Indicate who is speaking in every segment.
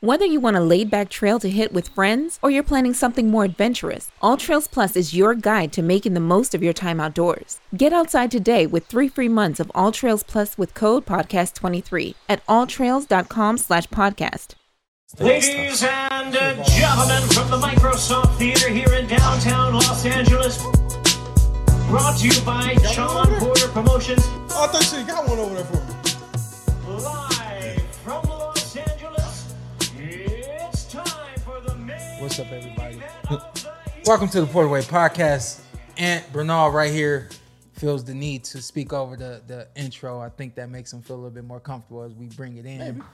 Speaker 1: Whether you want a laid back trail to hit with friends or you're planning something more adventurous, All Trails Plus is your guide to making the most of your time outdoors. Get outside today with three free months of All Trails Plus with code podcast23 at alltrails.com slash podcast.
Speaker 2: Ladies and uh, gentlemen, from the Microsoft Theater here in downtown Los Angeles, brought to you by Sean Porter Promotions,
Speaker 3: Oh, I thought she got one over there for me.
Speaker 2: live from Los Angeles. It's time for the main
Speaker 4: What's up, everybody?
Speaker 2: event of the evening.
Speaker 4: Welcome to the Portaway Podcast. Aunt Bernal right here feels the need to speak over the, the intro. I think that makes him feel a little bit more comfortable as we bring it in. Uh,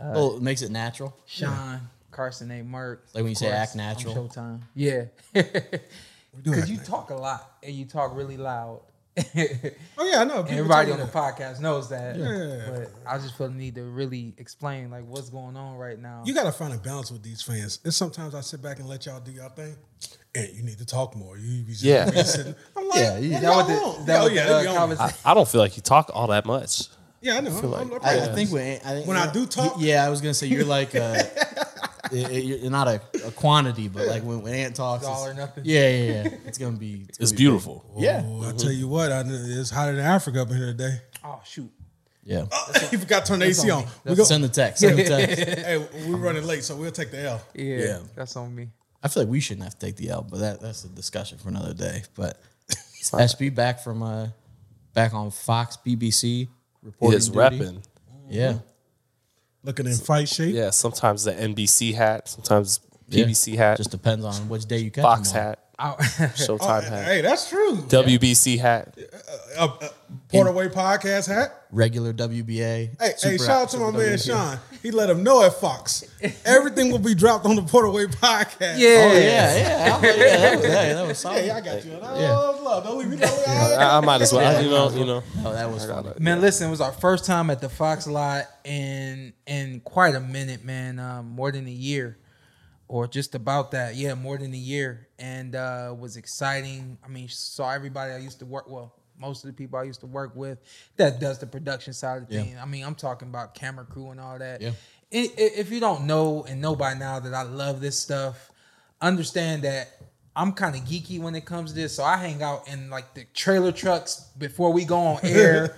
Speaker 5: Oh, it makes it natural.
Speaker 4: Sean, Carson A. Merck.
Speaker 5: Like when
Speaker 4: of
Speaker 5: you say
Speaker 4: course,
Speaker 5: act
Speaker 4: on
Speaker 5: natural.
Speaker 4: Showtime. Yeah. Because you talk a lot and you talk really loud.
Speaker 3: Oh yeah, I know. People
Speaker 4: Everybody on
Speaker 3: told
Speaker 4: the
Speaker 3: me
Speaker 4: podcast knows that.
Speaker 3: Yeah.
Speaker 4: But I just feel the need to really explain like what's going on right now.
Speaker 3: that. You gotta find a balance with these fans. And sometimes I sit back and let y'all do y'all thing. And you need to talk more. You be just
Speaker 6: Yeah.
Speaker 3: be sitting- I'm like, yeah,
Speaker 5: Yeah, you-
Speaker 3: what
Speaker 4: that
Speaker 3: y'all
Speaker 4: what the-
Speaker 3: want?
Speaker 4: that
Speaker 3: oh,
Speaker 4: what
Speaker 3: yeah,
Speaker 4: the, uh,
Speaker 3: they be on me.
Speaker 4: conversation-
Speaker 6: I, I don't feel like you talk all that much.
Speaker 3: yeah, I know. I'm,
Speaker 6: like-
Speaker 3: I'm, I'm,
Speaker 5: I, I
Speaker 3: right.
Speaker 5: think when I think,
Speaker 3: When I do talk-
Speaker 5: yeah, I was gonna say you're like a, it- it- you're not a, a quantity, but like when, when Ant talks,
Speaker 4: It's all or
Speaker 5: it's-
Speaker 4: nothing.
Speaker 5: Yeah, yeah, yeah. It's gonna be it's,
Speaker 6: It's
Speaker 5: gonna be Oh,
Speaker 6: beautiful.
Speaker 5: big. Yeah,
Speaker 3: Ooh, I tell you what, I, kn- it's hotter than Africa up in here today.
Speaker 4: Oh shoot.
Speaker 5: yeah.
Speaker 6: Oh,
Speaker 3: you Uh, forgot to turn the AC
Speaker 4: on
Speaker 3: on.
Speaker 4: me.
Speaker 3: We go,
Speaker 5: Send the text. Send the text.
Speaker 3: hey, we're running late, so we'll take the L.
Speaker 4: Yeah,
Speaker 5: Yeah.
Speaker 4: That's on me.
Speaker 5: I feel like we shouldn't have to take the L, but that, that's a discussion for another day. But SB back from uh back on Fox BBC
Speaker 6: He
Speaker 5: reporting
Speaker 6: is
Speaker 5: duty.
Speaker 6: repping.
Speaker 5: Yeah,
Speaker 3: Looking in fight shape.
Speaker 6: Yeah, sometimes the NBC hat, sometimes PBC hat,
Speaker 5: just depends on which day you catch
Speaker 6: Fox
Speaker 5: them on.
Speaker 6: hat,
Speaker 4: oh, I,
Speaker 6: Showtime hat,
Speaker 3: Hey, that's true.
Speaker 6: WBC hat.
Speaker 3: Uh, uh, Portaway podcast hat.
Speaker 5: regular WBA.
Speaker 3: Hey, hey,
Speaker 5: super-
Speaker 3: shout out to my
Speaker 5: super
Speaker 3: man
Speaker 5: WBA.
Speaker 3: Sean. He let him know at Fox. Everything will be dropped on the Portaway podcast.
Speaker 5: Oh yeah, yeah, I was- yeah, that was, yeah, that was solid.
Speaker 3: Hey, I got you. And I love love. Don't leave me alone.
Speaker 6: I, I might as well, you know, you know.
Speaker 5: Oh, that was funny.
Speaker 4: Man, listen, it was our first time at the Fox lot in in quite a minute, man. Um, more than a year, or just about that. Yeah, more than a year, and uh, was exciting. I mean, saw everybody I used to work. Well, most of the people I used to work with that does the production side of the
Speaker 5: Yeah.
Speaker 4: thing. I mean, I'm talking about camera crew and all that.
Speaker 5: Yeah.
Speaker 4: I- i- If you don't know and know by now that I love this stuff, understand that I'm kind of geeky when it comes to this. So I hang out in like the trailer trucks before we go on air.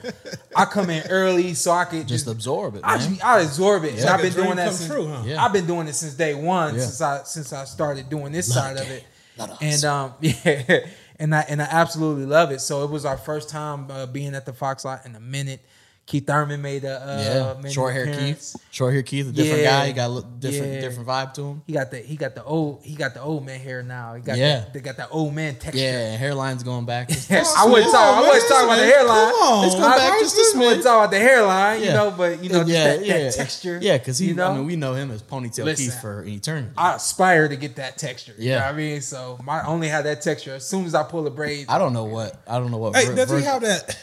Speaker 4: I come in early so I could just,
Speaker 5: Just absorb it,
Speaker 4: I,
Speaker 5: man.
Speaker 4: just- I absorb it. And
Speaker 3: like
Speaker 4: I've
Speaker 3: a
Speaker 4: been
Speaker 3: dream
Speaker 4: doing that
Speaker 3: come
Speaker 4: since
Speaker 3: true, huh?
Speaker 5: Yeah.
Speaker 4: I've been doing it since day one
Speaker 5: Yeah.
Speaker 4: since I since I started doing this side of it.
Speaker 5: Not us.
Speaker 4: And um yeah, and I and I absolutely love it. So it was our first time uh, being at the Fox lot in a minute. Keith Thurman made a uh,
Speaker 5: yeah,
Speaker 4: made an
Speaker 5: short hair
Speaker 4: appearance.
Speaker 5: Keith, short hair Keith, a different
Speaker 4: Yeah.
Speaker 5: guy. He got a little different,
Speaker 4: Yeah.
Speaker 5: different vibe to him.
Speaker 4: He got the he got the old he got the old man hair now. He got
Speaker 5: Yeah.
Speaker 4: the, they got that old man texture.
Speaker 5: Yeah, and hairline's going back. It's-
Speaker 4: I wouldn't talk. I wasn't talking about the hairline.
Speaker 3: Come on.
Speaker 4: Let's go back just this minute. I wouldn't talk about the hairline, you
Speaker 5: Yeah.
Speaker 4: know, but you know, just that, that texture.
Speaker 5: Yeah, because he.
Speaker 4: you know,
Speaker 5: I mean, we know him as ponytail
Speaker 4: Listen.
Speaker 5: Keith for an eternity. I,
Speaker 4: I aspire to get that texture. Yeah,
Speaker 5: Yeah.
Speaker 4: I mean, so my I only have that texture as soon as I pull the braids.
Speaker 5: don't know what. I don't know what.
Speaker 3: Hey,
Speaker 5: ver-
Speaker 3: does he
Speaker 5: ver-
Speaker 3: have that?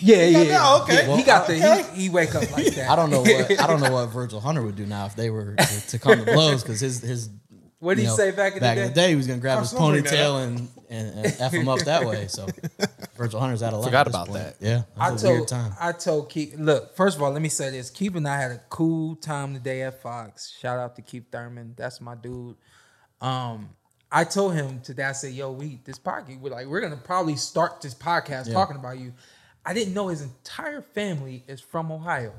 Speaker 4: yeah, yeah. Oh,
Speaker 3: yeah, okay.
Speaker 4: He, he got the
Speaker 3: Okay.
Speaker 4: he, he wake up like that.
Speaker 5: I don't know what. I don't know what Virgil Hunter would do now if they were to come to blows because his his.
Speaker 4: What did
Speaker 5: you
Speaker 4: he
Speaker 5: know,
Speaker 4: say back in the day?
Speaker 5: he was gonna grab
Speaker 3: Oh,
Speaker 5: his
Speaker 3: somebody bring that
Speaker 5: ponytail and, and, and f him up that way. So Virgil Hunter's out of luck.
Speaker 6: Forgot
Speaker 5: at this
Speaker 6: about
Speaker 5: point.
Speaker 6: that.
Speaker 5: Yeah,
Speaker 4: I
Speaker 5: that was
Speaker 4: told
Speaker 5: a weird time.
Speaker 4: I told Keith. Look, first of all, let me say this: Keith and I had a cool time today at Fox. Shout out to Keith Thurman. That's my dude. Um, I told him today. I said, "Yo, we this podcast. We're like, we're gonna probably start this podcast talking about you." I didn't know his entire family is from Ohio.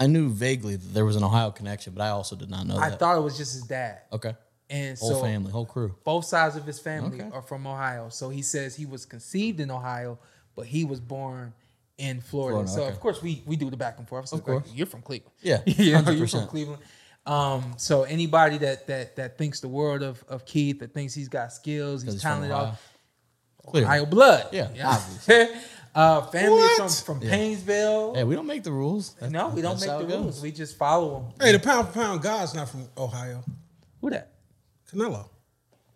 Speaker 5: I knew vaguely that there was an Ohio connection, but I also did not know
Speaker 4: I
Speaker 5: that.
Speaker 4: thought it was just his dad.
Speaker 5: okay,
Speaker 4: And
Speaker 5: whole
Speaker 4: so
Speaker 5: family, whole crew.
Speaker 4: both sides of his family
Speaker 5: Okay.
Speaker 4: are from Ohio. So he says he was conceived in Ohio, but he was born in Florida.
Speaker 5: Florida,
Speaker 4: so
Speaker 5: okay.
Speaker 4: of course we we do the back and forth. So
Speaker 5: Of
Speaker 4: like,
Speaker 5: course.
Speaker 4: you're from Cleveland.
Speaker 5: Yeah,
Speaker 4: you know, you're from
Speaker 5: 100%.
Speaker 4: Cleveland. Um, so anybody that that that thinks the world of of Keith, that thinks he's got skills, he's
Speaker 5: he's from
Speaker 4: talented,
Speaker 5: Ohio.
Speaker 4: all-
Speaker 5: Clear.
Speaker 4: Ohio blood.
Speaker 5: Yeah,
Speaker 4: uh, family is
Speaker 3: What?
Speaker 4: from from Painesville.
Speaker 5: Hey, we don't make the rules. That's-
Speaker 4: no, we don't
Speaker 5: that's
Speaker 4: make
Speaker 5: how
Speaker 4: the
Speaker 5: it goes.
Speaker 4: rules. We just follow them.
Speaker 3: Hey, the pound for pound guy's not from Ohio.
Speaker 4: Who that? Oh,
Speaker 3: Canelo.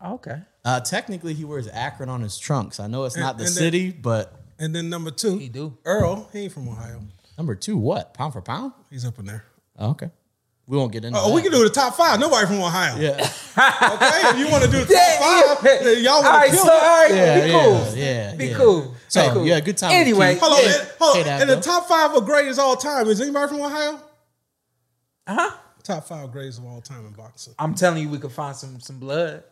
Speaker 4: Okay.
Speaker 5: Uh, technically, he wears Akron on his trunks. I know it's not the
Speaker 3: and then-
Speaker 5: city, but
Speaker 3: And then number two,
Speaker 4: He do.
Speaker 3: Earl. He ain't from Ohio.
Speaker 5: number two, what pound for pound?
Speaker 3: He's up in there.
Speaker 5: Oh, okay, we won't get into.
Speaker 3: Oh,
Speaker 5: that.
Speaker 3: we can do the top five. Nobody from Ohio.
Speaker 5: Yeah,
Speaker 3: Okay, if you want to do the top five, then y'all
Speaker 4: all
Speaker 3: want
Speaker 4: right,
Speaker 3: to kill.
Speaker 4: so all right,
Speaker 5: yeah,
Speaker 4: be
Speaker 5: yeah,
Speaker 4: cool.
Speaker 5: yeah.
Speaker 4: Be
Speaker 5: yeah.
Speaker 4: cool.
Speaker 5: So
Speaker 4: Be cool.
Speaker 5: yeah, good time. with
Speaker 4: Anyway,
Speaker 5: Keith.
Speaker 3: Hold on,
Speaker 4: Hey,
Speaker 3: and- hold
Speaker 5: hey,
Speaker 3: on.
Speaker 5: that
Speaker 3: And the
Speaker 5: though.
Speaker 3: top five of greatest all time is anybody from Ohio?
Speaker 4: Huh?
Speaker 3: Top five grades of all time in boxing.
Speaker 4: I'm telling you, we could find some some blood.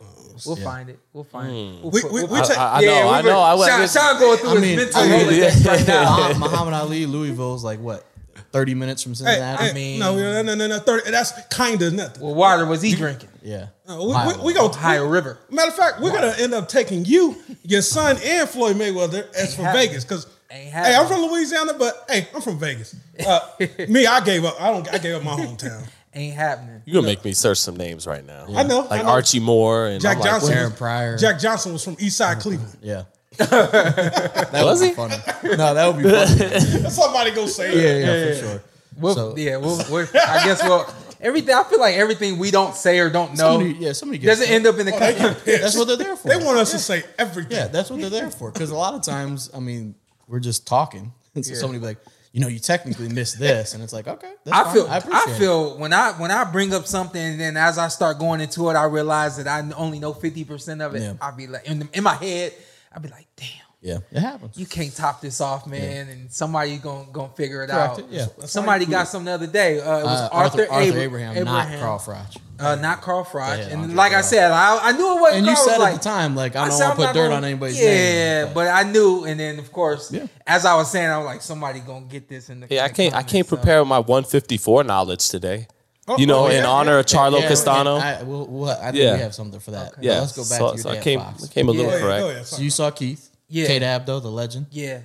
Speaker 4: We'll find it. We'll find it. We'll
Speaker 3: Hmm. We-
Speaker 4: put-
Speaker 3: we-
Speaker 4: we'll
Speaker 3: we
Speaker 4: put-
Speaker 3: take-
Speaker 6: I, I
Speaker 5: Oh,
Speaker 6: know, I
Speaker 4: we
Speaker 6: know. I
Speaker 4: were-
Speaker 6: went.
Speaker 4: Sean, Sean going through
Speaker 5: I
Speaker 4: his
Speaker 5: mean,
Speaker 4: mental
Speaker 5: I
Speaker 6: mean,
Speaker 4: Rolodex
Speaker 6: yeah.
Speaker 4: right now.
Speaker 5: Mah- Muhammad Ali, Louisville's like what, thirty minutes from
Speaker 3: Hey,
Speaker 5: Cincinnati.
Speaker 3: hey,
Speaker 5: I mean,
Speaker 3: no, no, no, no, no. 30, that's kind of nothing.
Speaker 4: What water was he drinking?
Speaker 5: yeah,
Speaker 4: Oh.
Speaker 3: No, we,
Speaker 5: Mile.
Speaker 3: we, we gonna
Speaker 4: Ohio
Speaker 3: we-
Speaker 4: River.
Speaker 3: Matter of fact, we're gonna end up taking you, your son, and Floyd Mayweather as for
Speaker 4: happening.
Speaker 3: Vegas. Cause
Speaker 4: Ain't
Speaker 3: hey, I'm
Speaker 4: happening.
Speaker 3: from Louisiana, but hey, I'm from Vegas. Uh, me, I gave up. I don't. I gave up my hometown.
Speaker 4: Ain't happening.
Speaker 6: You're gonna make me search some names right now.
Speaker 3: I know, I
Speaker 6: like
Speaker 3: know.
Speaker 6: Archie Moore and
Speaker 3: Jack
Speaker 6: I'm like,
Speaker 3: Johnson.
Speaker 5: Aaron
Speaker 3: was-
Speaker 5: Pryor.
Speaker 3: Jack Johnson was from East Side Cleveland.
Speaker 5: yeah. that was
Speaker 6: he?
Speaker 5: funny. No, that would be funny.
Speaker 3: Somebody go say
Speaker 5: Yeah,
Speaker 3: it.
Speaker 5: yeah, for sure.
Speaker 4: We'll,
Speaker 5: So-
Speaker 4: yeah, we'll, we're, I guess we'll. Everything. I feel like everything we don't say or don't know
Speaker 5: Somebody- yeah, somebody gets
Speaker 4: doesn't end up
Speaker 5: Oh,
Speaker 4: in the.
Speaker 3: They
Speaker 4: con-
Speaker 3: get pissed.
Speaker 5: That's what they're there for.
Speaker 3: They want us to say everything.
Speaker 5: Yeah, that's what they're there for. Because a lot of times, I mean, we're just talking, and so
Speaker 4: Yeah.
Speaker 5: somebody be like, you know, you technically missed this, and it's like, okay, that's
Speaker 4: I
Speaker 5: fine.
Speaker 4: feel.
Speaker 5: I
Speaker 4: I,
Speaker 5: appreciate it.
Speaker 4: feel when I when I bring up something, and then as I start going into it, I realize that I only know fifty percent of it.
Speaker 5: Yeah.
Speaker 4: I'll be like, in, the, in my head, I'll be like, damn.
Speaker 5: Yeah, it happens.
Speaker 4: You can't top this off, man, and somebody gonna gonna figure it
Speaker 5: Correct
Speaker 4: out.
Speaker 5: it, yeah. That's
Speaker 4: Somebody got something the other day. Uh, it was
Speaker 5: Uh,
Speaker 4: Arthur, Abra-
Speaker 5: Abraham, not Carl Froch.
Speaker 4: uh, not Carl Froch.
Speaker 5: They had
Speaker 4: and
Speaker 5: Andre
Speaker 4: like I
Speaker 5: Roberts.
Speaker 4: said, I, I knew it wasn't.
Speaker 5: And you
Speaker 4: Carl. I was
Speaker 5: said
Speaker 4: like,
Speaker 5: at the time, like, I don't
Speaker 4: said
Speaker 5: want
Speaker 4: I'm
Speaker 5: to put
Speaker 4: not
Speaker 5: dirt
Speaker 4: gonna-
Speaker 5: on anybody's
Speaker 4: yeah,
Speaker 5: name.
Speaker 4: but I knew, and then of course,
Speaker 5: Yeah.
Speaker 4: as I was saying, I was like, somebody gonna get this in the.
Speaker 6: Yeah, I
Speaker 4: in the
Speaker 6: can't. I
Speaker 4: comments,
Speaker 6: can't
Speaker 4: Oh, so.
Speaker 6: prepare my 154 knowledge today.
Speaker 3: Oh,
Speaker 6: You know,
Speaker 3: oh, yeah,
Speaker 6: in
Speaker 3: yeah.
Speaker 6: honor of Charlo
Speaker 5: yeah,
Speaker 6: Castano.
Speaker 5: I, we'll, we'll, I think
Speaker 6: Yeah.
Speaker 5: we have something for that.
Speaker 6: yeah,
Speaker 5: Yeah, let's go back
Speaker 6: so,
Speaker 5: to your
Speaker 6: so I
Speaker 5: dad
Speaker 6: came.
Speaker 5: Fox.
Speaker 6: I came a
Speaker 4: Yeah.
Speaker 6: little
Speaker 3: Go ahead,
Speaker 6: correct.
Speaker 3: go ahead.
Speaker 5: So you saw Keith,
Speaker 4: Yeah.
Speaker 5: Kate Abdo, the legend,
Speaker 4: Yeah.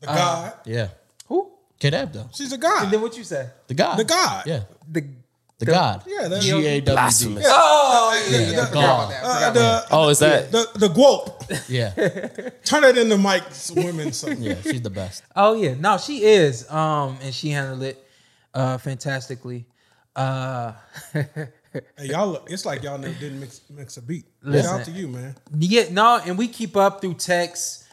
Speaker 3: The God.
Speaker 5: yeah,
Speaker 4: Who?
Speaker 5: Kate Abdo,
Speaker 3: She's a
Speaker 4: And
Speaker 3: God.
Speaker 4: then what you say?
Speaker 5: the God,
Speaker 3: The God.
Speaker 5: yeah,
Speaker 4: The.
Speaker 5: the God,
Speaker 3: Yeah, that's-
Speaker 5: G A W
Speaker 6: Blasphemous.
Speaker 5: D,
Speaker 4: Oh yeah, yeah,
Speaker 5: the
Speaker 4: I forgot about
Speaker 5: God.
Speaker 4: that. I
Speaker 3: Uh,
Speaker 4: forgot about
Speaker 3: the,
Speaker 6: Oh, is that?
Speaker 3: the the guope.
Speaker 5: yeah,
Speaker 3: Turn it into Mike's women. Song.
Speaker 5: yeah, she's the best.
Speaker 4: Oh yeah, no, she is. Um, and she handled it uh fantastically. Uh,
Speaker 3: Hey, y'all, look, it's like y'all never didn't mix, mix a beat. Shout
Speaker 4: Listen.
Speaker 3: out to you, man.
Speaker 4: yeah, no, and we keep up through texts.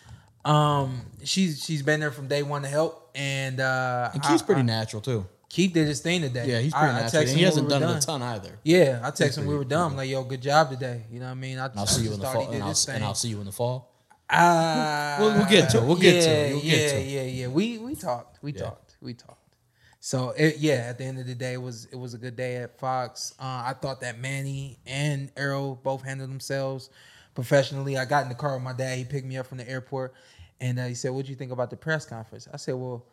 Speaker 4: Um, she's she's been there from day one to help, and uh,
Speaker 5: And
Speaker 4: I-
Speaker 5: Keith's pretty
Speaker 4: I-
Speaker 5: natural too.
Speaker 4: Keith did his thing today.
Speaker 5: Yeah, he's
Speaker 4: I-
Speaker 5: pretty
Speaker 4: I
Speaker 5: natural.
Speaker 4: texted
Speaker 5: And
Speaker 4: him
Speaker 5: he
Speaker 4: when
Speaker 5: hasn't
Speaker 4: we
Speaker 5: done
Speaker 4: were
Speaker 5: it a
Speaker 4: done.
Speaker 5: ton either.
Speaker 4: Yeah, I texted him. We were done. I'm like, yo, good job today. You know what I mean? I,
Speaker 5: I'll see you in the fall, and I'll, s- and I'll see you in the fall.
Speaker 4: Uh,
Speaker 5: We'll- we'll get to it. We'll get to it.
Speaker 4: yeah,
Speaker 5: We'll get to it.
Speaker 4: Yeah, yeah, yeah. We we talked. We
Speaker 5: Yeah.
Speaker 4: talked. We talked. So it, yeah, at the end of the day, it was it was a good day at Fox. Uh, I thought that Manny and Errol both handled themselves professionally. I got in the car with my dad. He picked me up from the airport, and uh, he said, "What do you think about the press conference?" I said, "Well."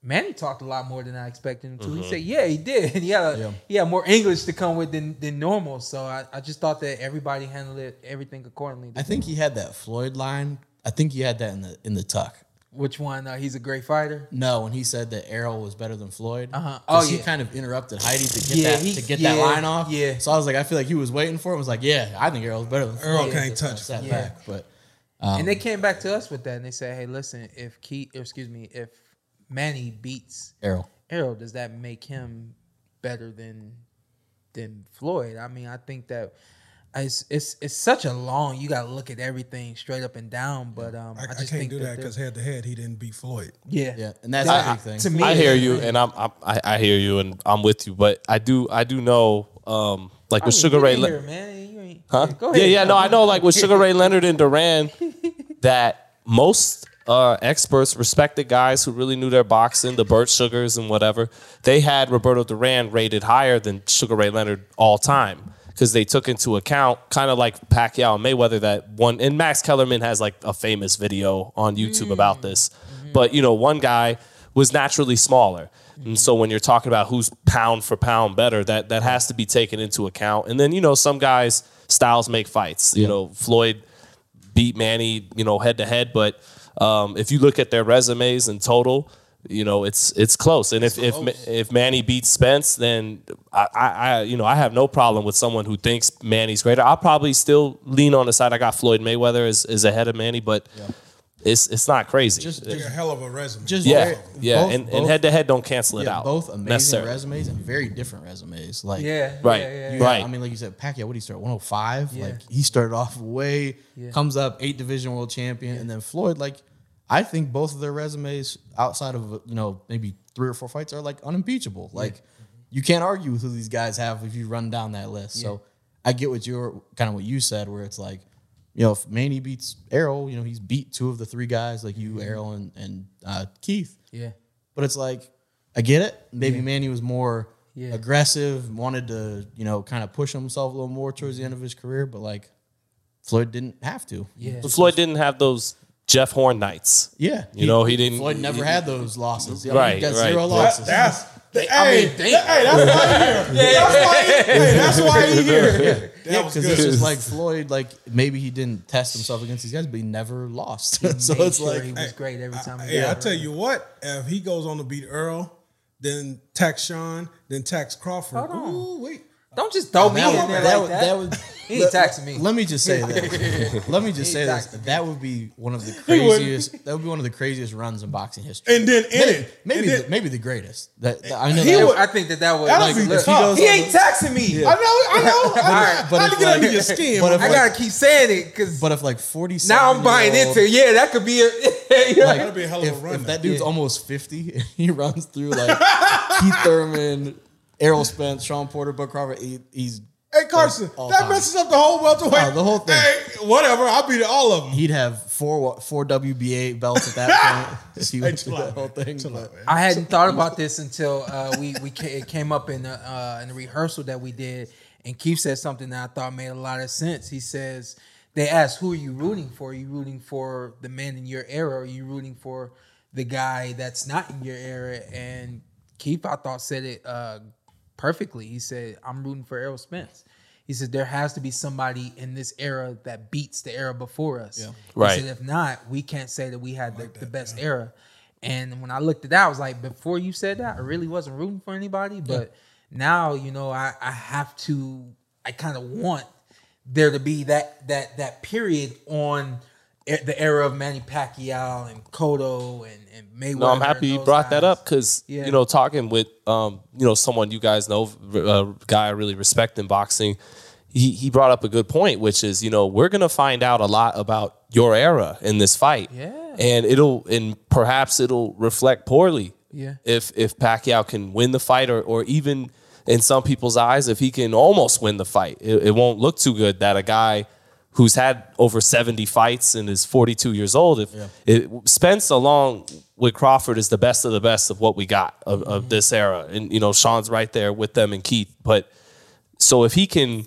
Speaker 4: Manny talked a lot more than I expected him to. He said, "Yeah, he did. And he had a,
Speaker 5: Mm-hmm. Yeah.
Speaker 4: he had more English to come with than, than normal." So I, I just thought that everybody handled it, everything accordingly.
Speaker 5: I think he had that Floyd line. I think he had that in the in the tuck.
Speaker 4: Which one? Uh, he's a great fighter.
Speaker 5: No, when he said that Errol was better than Floyd.
Speaker 4: Uh-huh.
Speaker 5: Oh, he
Speaker 4: Oh, yeah.
Speaker 5: kind of interrupted Heidi to get
Speaker 4: Yeah,
Speaker 5: that
Speaker 4: he-
Speaker 5: to get
Speaker 4: yeah,
Speaker 5: that line off.
Speaker 4: yeah.
Speaker 5: So I was like, I feel like he was waiting for it. Was like, yeah, I think Errol's better than Floyd.
Speaker 3: Errol can't
Speaker 5: So I
Speaker 3: touch
Speaker 5: sat
Speaker 4: him.
Speaker 5: back, but
Speaker 4: and
Speaker 6: Um,
Speaker 4: they came back to us with that, and they said, "Hey, listen, if Keith, or excuse me, if Manny beats
Speaker 5: Errol.
Speaker 4: Errol, does that make him better than than Floyd?" I mean, I think that it's it's it's such a long. You got to look at everything straight up and down, but um,
Speaker 3: I,
Speaker 4: I,
Speaker 3: I,
Speaker 4: just
Speaker 3: can't
Speaker 4: think
Speaker 3: do
Speaker 4: that
Speaker 3: that because
Speaker 4: they're-
Speaker 3: head to head, he didn't beat Floyd.
Speaker 4: yeah,
Speaker 5: Yeah, and that's
Speaker 4: I-
Speaker 5: the big thing.
Speaker 4: to me,
Speaker 6: I hear you, and I'm, I'm I, I hear you, and I'm with you. But I do I do know, um, like
Speaker 4: I mean,
Speaker 6: with Sugar
Speaker 4: you
Speaker 6: Ray,
Speaker 4: in
Speaker 6: Le-
Speaker 4: here, man, you ain't,
Speaker 6: huh?
Speaker 4: Yeah,
Speaker 6: Yeah,
Speaker 4: go ahead.
Speaker 6: yeah, no, I know. Like with Sugar Ray Leonard and Duran, that most uh, experts, respected guys who really knew their boxing, the Burt Sugars and whatever, they had Roberto Duran rated higher than Sugar Ray Leonard all time because they took into account kind of like Pacquiao and Mayweather that one. And Max Kellerman has like a famous video on YouTube about this, but you know, one guy was naturally smaller. And so when you're talking about who's pound for pound better, that that has to be taken into account. And then you know some guys styles make fights. You know Floyd beat Manny, you know, head to head. But um, if you look at their resumes in total, you know, it's it's close. And if if if Manny beats Spence, then I, I I you know I have no problem with someone who thinks Manny's greater. I'll probably still lean on the side. I got Floyd Mayweather is is ahead of Manny, but. It's, it's not crazy.
Speaker 5: Just-
Speaker 3: They're a hell of a resume.
Speaker 5: Just
Speaker 6: Yeah,
Speaker 5: very-
Speaker 6: yeah,
Speaker 5: both-
Speaker 6: and, and
Speaker 5: both-
Speaker 6: head to head don't cancel it
Speaker 5: yeah,
Speaker 6: out.
Speaker 5: both amazing
Speaker 6: necessarily.
Speaker 5: resumes and very different resumes. Like
Speaker 4: yeah,
Speaker 6: Right,
Speaker 4: yeah, yeah, yeah.
Speaker 5: Yeah,
Speaker 6: right.
Speaker 5: I mean, like you said, Pacquiao, what did he start? 105?
Speaker 4: Yeah.
Speaker 5: Like he started off way, comes up eight division world champion. And then Floyd, like, I think both of their resumes outside of, you know, maybe three or four fights are like unimpeachable. Like you can't argue with who these guys have if you run down that list. So I get what you're kind of what you said, where it's like, you know, if Manny beats Errol, you know, he's beat two of the three guys, like
Speaker 4: Mm-hmm.
Speaker 5: you, Errol, and, and uh, Keith.
Speaker 4: yeah.
Speaker 5: But it's like, I get it. Maybe Manny was more
Speaker 4: Yeah.
Speaker 5: aggressive, wanted to, you know, kind of push himself a little more towards the end of his career, but like Floyd didn't have to.
Speaker 4: Yeah.
Speaker 6: Floyd didn't have those Jeff Horn nights.
Speaker 5: Yeah.
Speaker 6: You know, he didn't-
Speaker 5: Floyd never had those losses. You
Speaker 6: Right,
Speaker 5: He got
Speaker 6: right.
Speaker 5: zero
Speaker 6: That-
Speaker 5: losses.
Speaker 3: That's the, hey, that-
Speaker 4: mean, damn.
Speaker 3: hey, that's why he here. That's why he, hey, that's why he here.
Speaker 5: Yeah,
Speaker 3: That was
Speaker 5: because it's
Speaker 3: good.
Speaker 5: just like Floyd, like maybe he didn't test himself against these guys, but he never lost. so
Speaker 4: Made
Speaker 5: it's
Speaker 4: sure
Speaker 5: like
Speaker 4: he was great every time. he
Speaker 3: Yeah, I
Speaker 4: got
Speaker 3: tell
Speaker 4: hurt.
Speaker 3: you what, if he goes on to beat Earl, then tax Sean, then tax Crawford.
Speaker 4: Hold on.
Speaker 3: Ooh, wait.
Speaker 4: don't just throw me in there
Speaker 5: that, would,
Speaker 4: like
Speaker 5: that, would,
Speaker 4: that.
Speaker 5: that would
Speaker 4: he ain't taxing me.
Speaker 5: let me just say that. let me just say this.
Speaker 4: taxed me.
Speaker 5: That would be one of the
Speaker 3: wouldn't.
Speaker 5: craziest. That would be one of the craziest runs in boxing history.
Speaker 3: And then in it.
Speaker 5: maybe
Speaker 3: and
Speaker 5: the,
Speaker 3: then,
Speaker 5: maybe the greatest. That, that- I know.
Speaker 3: He
Speaker 5: that
Speaker 3: would-
Speaker 5: was-
Speaker 4: I think that that would.
Speaker 3: That'll
Speaker 4: Like,
Speaker 3: be
Speaker 4: look,
Speaker 3: tough.
Speaker 4: he ain't taxing me.
Speaker 3: I know, I know. I,
Speaker 4: Alright,
Speaker 3: know.
Speaker 5: but
Speaker 3: I had
Speaker 5: if
Speaker 3: to get
Speaker 5: like-
Speaker 3: under your skin.
Speaker 5: but
Speaker 3: But
Speaker 5: if
Speaker 4: I
Speaker 5: like-
Speaker 4: gotta keep saying it because
Speaker 5: but if like forty,
Speaker 4: now I'm buying into. Yeah, that could be a. you know?
Speaker 5: Like,
Speaker 3: That'd be a hell of a
Speaker 5: if,
Speaker 3: run,
Speaker 5: if
Speaker 3: though.
Speaker 5: that dude's
Speaker 4: Yeah.
Speaker 5: almost fifty, and he runs through like Keith Thurman, Errol Spence, Sean Porter, Buck Crawford. He, he's
Speaker 3: hey, Carson,
Speaker 5: all
Speaker 3: that
Speaker 5: time.
Speaker 3: messes up the whole welterweight.
Speaker 5: Oh, the whole thing.
Speaker 3: Hey, whatever. I'll beat all of them.
Speaker 5: he'd have four four WBA belts at that point. if he
Speaker 3: Hey,
Speaker 5: went through
Speaker 3: chill
Speaker 5: that
Speaker 3: out,
Speaker 5: whole
Speaker 3: man.
Speaker 5: thing.
Speaker 3: Chill
Speaker 5: but-
Speaker 3: out, man.
Speaker 4: I hadn't thought about this until uh, we we ca- it came up in the, uh, in the rehearsal that we did, and Keith said something that I thought made a lot of sense. He says they asked, "Who are you rooting for? Are you rooting for the man in your era? Or are you rooting for the guy that's not in your era?" And Keith, I thought, said it uh, perfectly. He said, "I'm rooting for Errol Spence." He said, "There has to be somebody in this era that beats the era before us." Yeah.
Speaker 6: Right.
Speaker 4: if not, we can't say that we had the, the best era. And when I looked at that, I was like, before you said that, I really wasn't rooting for anybody. But now, you know, I, I have to, I kind of want there to be that that that period on e- the era of Manny Pacquiao and Cotto and, and Mayweather.
Speaker 6: No, I'm
Speaker 4: and
Speaker 6: happy you
Speaker 4: those
Speaker 6: brought that
Speaker 4: guys.
Speaker 6: up because
Speaker 4: Yeah.
Speaker 6: you know talking with um you know someone you guys know a guy I really respect in boxing. He he brought up a good point, which is you know we're gonna find out a lot about your era in this fight.
Speaker 4: Yeah.
Speaker 6: and it'll and perhaps it'll reflect poorly.
Speaker 4: Yeah.
Speaker 6: if if Pacquiao can win the fight or or even in some people's eyes if he can almost win the fight, it, it won't look too good that a guy. Who's had over seventy fights and is forty-two years old? If it, Spence, along with Crawford, is the best of the best of what we got of,
Speaker 4: Mm-hmm.
Speaker 6: of this era, and you know Sean's right there with them and Keith. But so if he can,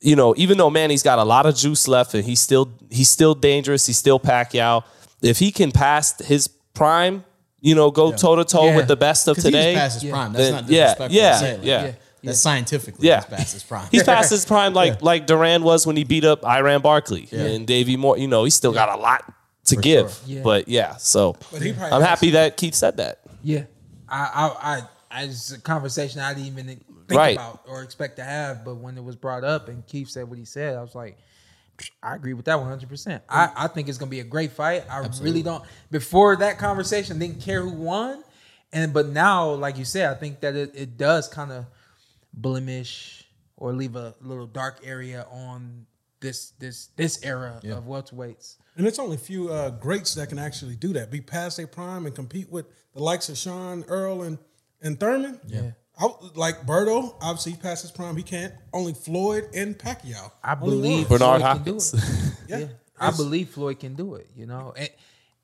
Speaker 6: you know, even though Manny's got a lot of juice left and he's still he's still dangerous, he's still Pacquiao. If he can pass his prime, you know, go toe to toe
Speaker 4: Yeah.
Speaker 6: with the best of
Speaker 5: 'Cause he was
Speaker 6: today.
Speaker 5: past his prime. That's
Speaker 6: then-
Speaker 5: not
Speaker 6: yeah,
Speaker 5: disrespectful. to
Speaker 6: yeah,
Speaker 5: say, like,
Speaker 6: yeah.
Speaker 5: That's scientifically
Speaker 6: Yeah.
Speaker 5: he's past his prime.
Speaker 6: He's past his prime, like like Duran was when he beat up Iran Barkley and Davey Moore. You know, he's still got a lot to give.
Speaker 4: Yeah.
Speaker 6: But yeah, so
Speaker 3: he probably
Speaker 6: I'm
Speaker 3: has-
Speaker 6: happy that Keith said that.
Speaker 4: Yeah, I, I, I, I it's a conversation I didn't even think
Speaker 6: Right.
Speaker 4: about or expect to have, but when it was brought up and Keith said what he said, I was like, I agree with that 100. percent I, I think it's gonna be a great fight. I really don't. Before that conversation, didn't care who won, and but now, like you said, I think that it, it does kind of blemish or leave a little dark area on this this this era of welterweights.
Speaker 3: And it's only a few uh, greats that can actually do that. Be past their prime and compete with the likes of Sean, Earl, and and Thurman. Yeah. I, like Berto, obviously he passed his prime. He can't. Only Floyd and Pacquiao.
Speaker 4: I
Speaker 3: Only
Speaker 4: believe
Speaker 3: one.
Speaker 6: Bernard
Speaker 4: Floyd can do
Speaker 6: Hopkins.
Speaker 4: it.
Speaker 3: Yeah.
Speaker 4: yeah. I
Speaker 3: It's-
Speaker 4: believe Floyd can do it. You know, and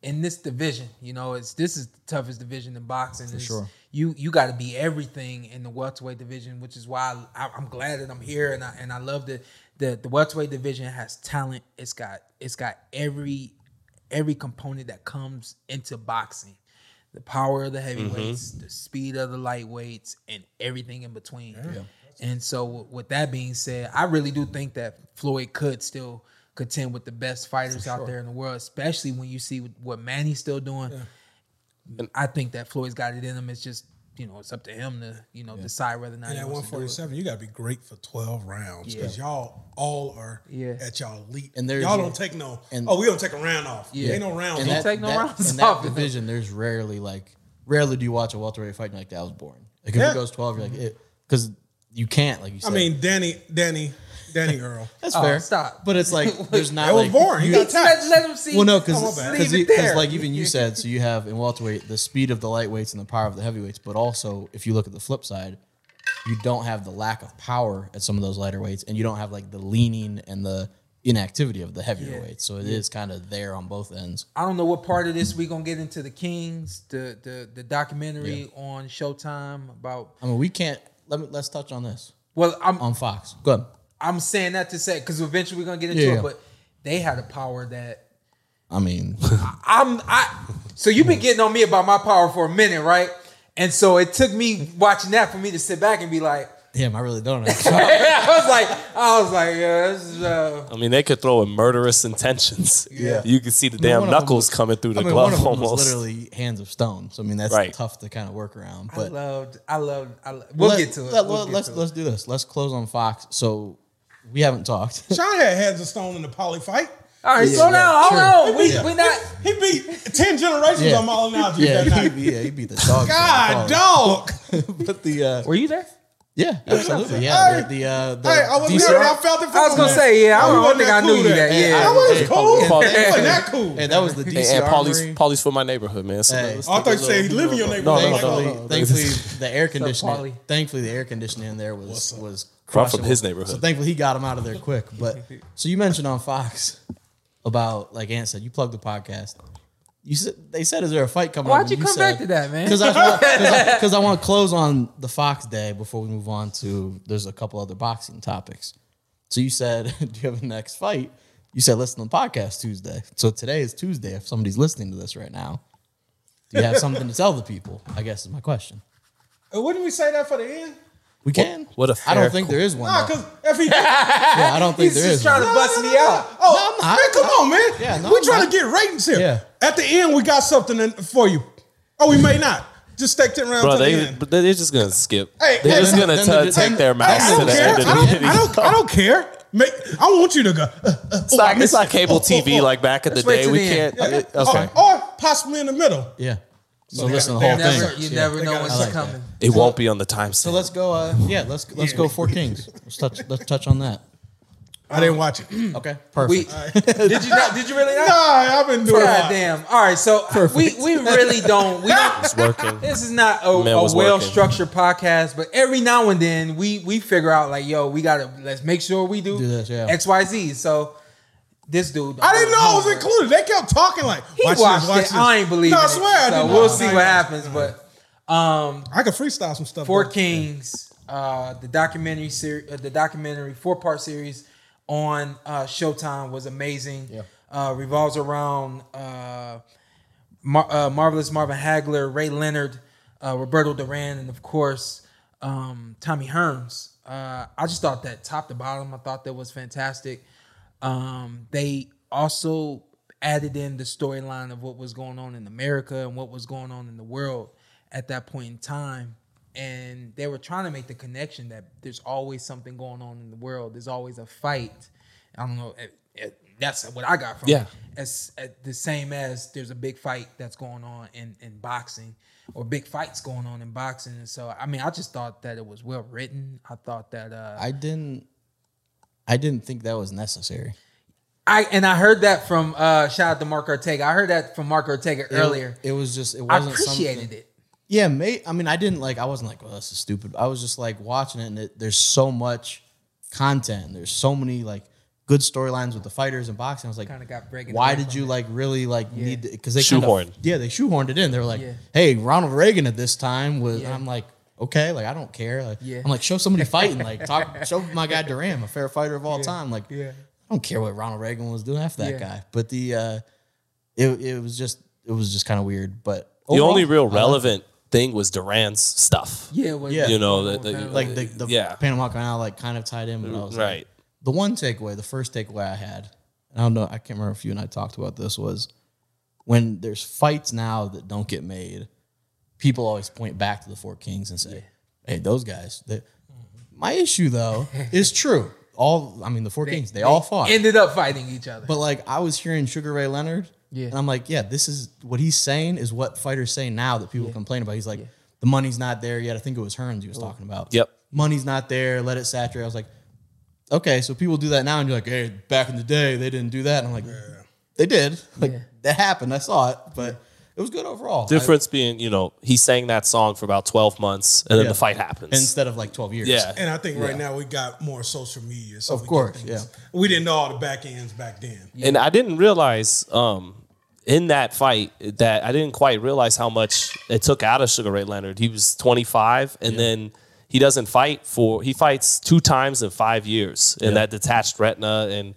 Speaker 4: in this division, you know, it's this is the toughest division in boxing. For
Speaker 5: sure.
Speaker 4: you you got to be everything in the welterweight division, which is why I, I'm glad that I'm here and I and I love that the the welterweight division has talent. It's got it's got every every component that comes into boxing. The power of the heavyweights, the speed of the lightweights, and everything in between. And so, w- with that being said, I really do think that Floyd could still contend with the best fighters out there in the world, especially when you see what Manny's still doing. I think that Floyd's got it in him. It's just you know it's up to him to you know decide whether or not
Speaker 3: And
Speaker 4: he
Speaker 3: at
Speaker 4: wants to do it.
Speaker 3: 147, you got to be great for 12 rounds because y'all all are
Speaker 4: Yeah.
Speaker 3: at y'all elite.
Speaker 5: And
Speaker 3: And
Speaker 5: there's-
Speaker 3: y'all don't take no.
Speaker 5: and-
Speaker 3: oh, we don't take a round off.
Speaker 4: Yeah.
Speaker 3: Ain't no round
Speaker 5: And
Speaker 3: off.
Speaker 5: that,
Speaker 4: take no
Speaker 5: that-
Speaker 4: rounds
Speaker 5: in
Speaker 4: off.
Speaker 5: that division, there's rarely like rarely do you watch a welterweight fight and you're like that was boring. Like if
Speaker 3: Yeah.
Speaker 5: it goes twelve, you're like it because you can't like you
Speaker 3: I
Speaker 5: said.
Speaker 3: mean, Danny, Danny, Danny Earl.
Speaker 5: that's
Speaker 4: Oh,
Speaker 5: fair.
Speaker 4: stop.
Speaker 5: But it's like there's not
Speaker 3: That was
Speaker 5: like
Speaker 3: boring. He
Speaker 5: you-
Speaker 3: got
Speaker 4: Let,
Speaker 3: tapped.
Speaker 4: let him see.
Speaker 5: well, no,
Speaker 4: Come on,
Speaker 5: because
Speaker 4: man.
Speaker 5: because
Speaker 4: Leave it there.
Speaker 5: like even you said, so you have in welterweight the speed of the lightweights and the power of the heavyweights, but also if you look at the flip side, you don't have the lack of power at some of those lighter weights, and you don't have like the leaning and the inactivity of the heavier weights. So it is kind of there on both ends.
Speaker 4: I don't know what part of this we're gonna get into the Kings, the the the documentary on Showtime about
Speaker 5: I mean, we can't let me let's touch on this
Speaker 4: Well, I'm
Speaker 5: on Fox. Go ahead.
Speaker 4: I'm saying that to say because eventually we're gonna get into
Speaker 5: Yeah.
Speaker 4: it, but they had a power that
Speaker 5: I mean,
Speaker 4: I'm I so you've been getting on me about my power for a minute, right? And so it took me watching that for me to sit back and be like,
Speaker 5: damn, I really don't know.
Speaker 4: I was like, I was like, yeah, this is uh,
Speaker 6: I mean, they could throw in murderous intentions.
Speaker 5: Yeah.
Speaker 6: You could see the
Speaker 5: mean,
Speaker 6: damn
Speaker 5: one of them
Speaker 6: knuckles
Speaker 5: was-
Speaker 6: coming through the
Speaker 5: I mean, one
Speaker 6: glove
Speaker 5: of them
Speaker 6: almost.
Speaker 5: was literally hands of stone. So I mean, that's
Speaker 6: Right.
Speaker 5: tough to kind of work around.
Speaker 4: I
Speaker 5: But
Speaker 4: loved, I loved, I loved. We'll
Speaker 5: let-
Speaker 4: get to it.
Speaker 5: Let,
Speaker 4: We'll get
Speaker 5: us
Speaker 4: to it.
Speaker 5: let's do this. Let's close on Fox. So we haven't talked.
Speaker 3: Sean had hands of stone in the poly fight.
Speaker 4: All right,
Speaker 5: Yeah,
Speaker 4: slow
Speaker 5: yeah,
Speaker 4: down.
Speaker 5: true.
Speaker 4: Hold on. We
Speaker 5: Yeah.
Speaker 4: we not.
Speaker 3: He beat ten generations
Speaker 5: Yeah.
Speaker 3: on Malinowski that
Speaker 5: yeah, he,
Speaker 3: night.
Speaker 5: yeah, he beat the dog.
Speaker 3: God, dog.
Speaker 5: But the uh,
Speaker 4: Were you there?
Speaker 5: yeah, absolutely. Yeah,
Speaker 3: Hey,
Speaker 5: the the, uh, the
Speaker 3: Hey, I wasn't
Speaker 5: DC
Speaker 3: there. I felt it.
Speaker 4: I was gonna say yeah. I
Speaker 3: Oh,
Speaker 4: don't,
Speaker 3: you wasn't
Speaker 4: I don't think
Speaker 3: that
Speaker 4: I knew
Speaker 3: cool
Speaker 4: you
Speaker 3: then.
Speaker 4: that.
Speaker 5: Hey,
Speaker 4: Yeah.
Speaker 5: I
Speaker 3: That was
Speaker 5: Hey,
Speaker 3: cool.
Speaker 6: hey, Paul,
Speaker 3: It wasn't
Speaker 5: hey,
Speaker 3: that cool. Oh,
Speaker 5: Hey, that was the
Speaker 6: Hey,
Speaker 5: DC
Speaker 6: and Paulie's
Speaker 5: Armory.
Speaker 6: Paulie's from my neighborhood, man. So
Speaker 5: Hey.
Speaker 6: let's
Speaker 3: I
Speaker 6: take a
Speaker 3: thought you said he
Speaker 6: little-
Speaker 3: live in your
Speaker 6: no,
Speaker 3: neighborhood.
Speaker 6: no, no,
Speaker 5: Thankfully,
Speaker 6: no, no.
Speaker 5: thankfully the air
Speaker 4: Paulie?
Speaker 5: conditioning. Thankfully, the air conditioning in there was was
Speaker 6: I'm
Speaker 5: crushing
Speaker 6: from his
Speaker 5: him.
Speaker 6: neighborhood.
Speaker 5: So thankfully, he got him out of there quick. But so you mentioned on Fox about like Ant said, you plugged the podcast. You said they said, "Is there a fight coming?"
Speaker 4: Why'd you come back to that, man?
Speaker 5: Because I because I, want to close on the Fox day before we move on to there's a couple other boxing topics. So you said, "Do you have a next fight?" You said, "Listen to the podcast Tuesday." So today is Tuesday. If somebody's listening to this right now, do you have something to tell the people? I guess is my question.
Speaker 3: And Wouldn't we say that for the end?
Speaker 5: We can.
Speaker 6: what a
Speaker 5: I
Speaker 6: fair
Speaker 5: don't think there is one.
Speaker 3: Nah,
Speaker 5: though.
Speaker 3: because if he. No,
Speaker 5: yeah, I don't think
Speaker 4: He's
Speaker 5: there is.
Speaker 4: just trying
Speaker 5: one.
Speaker 4: to bust me out.
Speaker 3: Oh,
Speaker 5: No, I'm not.
Speaker 3: man, come on, man.
Speaker 5: Yeah, no,
Speaker 3: we
Speaker 5: I'm
Speaker 3: trying
Speaker 5: not.
Speaker 3: to get ratings here.
Speaker 5: Yeah.
Speaker 3: At the end, we got something in, for you. Oh, we may not. Just take 10 rounds
Speaker 6: Bro,
Speaker 3: to the
Speaker 6: they,
Speaker 3: end.
Speaker 6: but they're just gonna skip.
Speaker 3: Hey,
Speaker 6: they're
Speaker 3: hey,
Speaker 6: just
Speaker 5: then-
Speaker 6: gonna
Speaker 5: then
Speaker 6: t-
Speaker 5: they-
Speaker 6: take
Speaker 5: then-
Speaker 6: their mouths
Speaker 3: I
Speaker 6: to
Speaker 3: don't
Speaker 6: the
Speaker 3: care.
Speaker 6: end of the
Speaker 3: I, don't,
Speaker 6: video.
Speaker 3: I, don't, I don't care. Make, I want you to go. Uh, uh,
Speaker 6: It's not, it's not cable TV like back in the
Speaker 4: wait
Speaker 6: day.
Speaker 4: till
Speaker 6: We
Speaker 4: the
Speaker 6: can't.
Speaker 4: end.
Speaker 6: Okay.
Speaker 3: Or, or possibly in the middle.
Speaker 5: Yeah. So
Speaker 3: they
Speaker 5: listen to
Speaker 3: got-
Speaker 5: the whole
Speaker 3: they
Speaker 4: Never,
Speaker 5: thing.
Speaker 4: you
Speaker 5: Yeah.
Speaker 4: never know
Speaker 3: gotta-
Speaker 4: when
Speaker 3: I
Speaker 4: she's
Speaker 5: like that.
Speaker 4: coming.
Speaker 6: It won't be on the timestamp.
Speaker 5: So let's go. Uh, yeah, let's let's go Four Kings. Let's touch let's touch on that.
Speaker 3: I didn't watch it. nah,
Speaker 5: Okay,
Speaker 4: We,
Speaker 5: perfect.
Speaker 4: did you not? Did you really not?
Speaker 3: I've been doing
Speaker 4: God
Speaker 3: it.
Speaker 4: damn. All right, so we we really don't. We don't
Speaker 6: it's working.
Speaker 4: this is not a,
Speaker 6: Man was working.
Speaker 4: well structured podcast, but every now and then we we figure out like, yo, we gotta let's make sure we do,
Speaker 5: Do this, yeah.
Speaker 4: X Y Z. So this dude,
Speaker 3: I didn't know it was included. They kept talking like,
Speaker 4: He
Speaker 3: watch
Speaker 4: watched
Speaker 3: this, watch
Speaker 4: it.
Speaker 3: this.
Speaker 4: I ain't believe
Speaker 3: No, I
Speaker 4: it.
Speaker 3: swear I
Speaker 4: So
Speaker 3: didn't.
Speaker 4: We'll
Speaker 3: know.
Speaker 4: see
Speaker 3: Nah,
Speaker 4: what
Speaker 3: nah.
Speaker 4: happens, but. Um,
Speaker 3: I can freestyle some stuff.
Speaker 4: Four
Speaker 3: though.
Speaker 4: Kings, uh, the documentary series, uh, the documentary four part series on uh, Showtime was amazing.
Speaker 5: Yeah.
Speaker 4: Uh, revolves around uh, Mar- uh, marvelous Marvin Hagler, Ray Leonard, uh, Roberto Duran, and of course um, Tommy Hearns. Uh, I just thought that top to bottom, I thought that was fantastic. Um, they also added in the storyline of what was going on in America and what was going on in the world at that point in time. And they were trying to make the connection that there's always something going on in the world. There's always a fight. I don't know. it- it- that's what I got from
Speaker 6: Yeah.
Speaker 4: it as uh, the same as there's a big fight that's going on in, in boxing or big fights going on in boxing and so i mean i just thought that it was well written i thought that uh
Speaker 5: I didn't I didn't think that was necessary.
Speaker 4: i and i heard that from uh shout out to mark ortega i heard that from mark ortega earlier
Speaker 5: it, was just it
Speaker 4: i
Speaker 5: wasn't
Speaker 4: appreciated
Speaker 5: something-
Speaker 4: it
Speaker 5: Yeah, mate. I mean, I didn't like. I wasn't like, well, this is stupid. I was just like watching it, and it, there's so much content. There's so many like good storylines with the fighters and boxing. I was like,
Speaker 4: Kinda got breaking
Speaker 5: why
Speaker 4: away
Speaker 5: did
Speaker 4: from
Speaker 5: you
Speaker 4: it.
Speaker 5: like really like need because they
Speaker 6: Shoehorned.
Speaker 5: Kinda, yeah, they shoehorned it in. They were like,
Speaker 4: Yeah.
Speaker 5: hey, Ronald Reagan at this time was.
Speaker 4: Yeah.
Speaker 5: I'm like, okay, like I don't care. Like,
Speaker 4: Yeah.
Speaker 5: I'm like, show somebody fighting. Like, talk, show my guy Duran, a fair fighter of all time. Like,
Speaker 4: Yeah.
Speaker 5: I don't care what Ronald Reagan was doing after that
Speaker 4: Yeah.
Speaker 5: guy. But the uh, it it was just it was just kind of weird. But
Speaker 6: The
Speaker 5: overall,
Speaker 6: only real
Speaker 5: I liked it
Speaker 6: relevant thing was Duran's stuff.
Speaker 4: yeah, well,
Speaker 5: Yeah.
Speaker 6: You know, that- that-
Speaker 5: like the, the
Speaker 6: Yeah.
Speaker 5: Panama Canal like kind of tied in, but I was like-
Speaker 6: Right.
Speaker 5: the one takeaway, the first takeaway I had, and I don't know, I can't remember if you and I talked about this was when there's fights now that don't get made, people always point back to the Four Kings and say, "Hey, those guys." They, my issue though is true. All I mean, the Four Kings, they, all fought.
Speaker 4: ended up fighting each other
Speaker 5: But like I was hearing Sugar Ray Leonard,
Speaker 4: Yeah.
Speaker 5: and I'm like, yeah, this is what he's saying is what fighters say now that people complain about. He's like, the money's not there yet. I think it was Hearns he was talking about.
Speaker 6: Yep.
Speaker 5: money's not there. Let it saturate. I was like, okay, so people do that now, and you're like, hey, back in the day they didn't do that. And I'm like, they did. Like that happened. I saw it, but it was good overall.
Speaker 6: Difference being, you know, he sang that song for about 12 months and then
Speaker 5: Yeah.
Speaker 6: the fight happens.
Speaker 5: I- instead of like 12 years.
Speaker 6: yeah.
Speaker 3: And I think right now we got more social media. So
Speaker 5: Of
Speaker 3: we get
Speaker 5: course,
Speaker 3: things-
Speaker 5: yeah.
Speaker 3: We didn't know all the back ends back then.
Speaker 6: And I didn't realize um, in that fight that I didn't quite realize how much it took out of Sugar Ray Leonard. He was 25, and then He doesn't fight for he fights two times in five years in that detached retina, and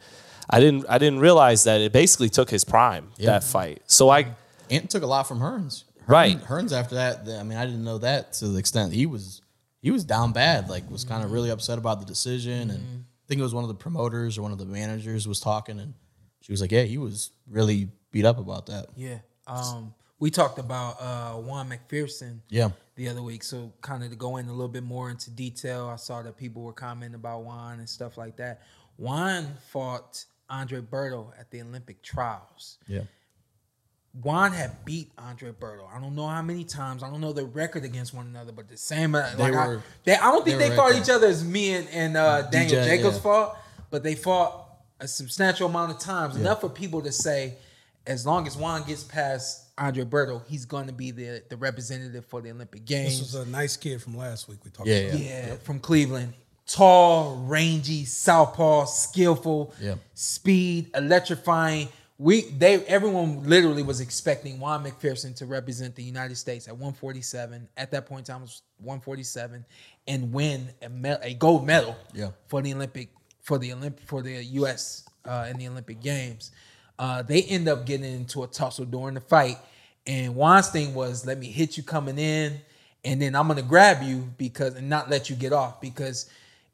Speaker 6: I didn't I didn't realize that it basically took his prime that fight. So I
Speaker 5: Ant took a lot from Hearns. Hearn-
Speaker 6: Right.
Speaker 5: Hearns after that, th- I mean, I didn't know that to the extent he was he was down bad, like was kind of really upset about the decision and
Speaker 4: Mm-hmm.
Speaker 5: I think it was one of the promoters or one of the managers was talking and she was like, "Yeah, he was really beat up about that."
Speaker 4: Yeah. Um, we talked about uh, Juan McPherson.
Speaker 5: Yeah.
Speaker 4: The other week, so kind of to go in a little bit more into detail, I saw that people were commenting about Juan and stuff like that. Juan fought Andre Berto at the Olympic Trials.
Speaker 5: Yeah.
Speaker 4: Juan had beat Andre Berto. I don't know how many times. I don't know the record against one another, but the same. uh,
Speaker 5: They
Speaker 4: like I,
Speaker 5: were-
Speaker 4: they, I don't think
Speaker 5: they
Speaker 4: they,
Speaker 5: were
Speaker 4: fought
Speaker 5: right
Speaker 4: each other as me and, and uh, Daniel
Speaker 5: DJ,
Speaker 4: Jacobs
Speaker 5: yeah.
Speaker 4: fought, but they fought a substantial amount of times. Enough for people to say, as long as Juan gets past Andre Berto, he's going to be the, the representative for the Olympic Games.
Speaker 3: This was a nice kid from last week we talked
Speaker 5: Yeah,
Speaker 3: about.
Speaker 5: yeah.
Speaker 4: Yeah, from Cleveland. Tall, rangy, southpaw, skillful,
Speaker 5: Yeah.
Speaker 4: speed, electrifying. We they everyone literally was expecting Juan McPherson to represent the United States at 147. At that point in time, it was 147, and win a, me- a gold medal
Speaker 5: Yeah.
Speaker 4: for the Olympic for the Olymp for the U.S. Uh, in the Olympic Games. Uh, they end up getting into a tussle during the fight, and Juan's thing was, "Let me hit you coming in, and then I'm gonna grab you because and not let you get off because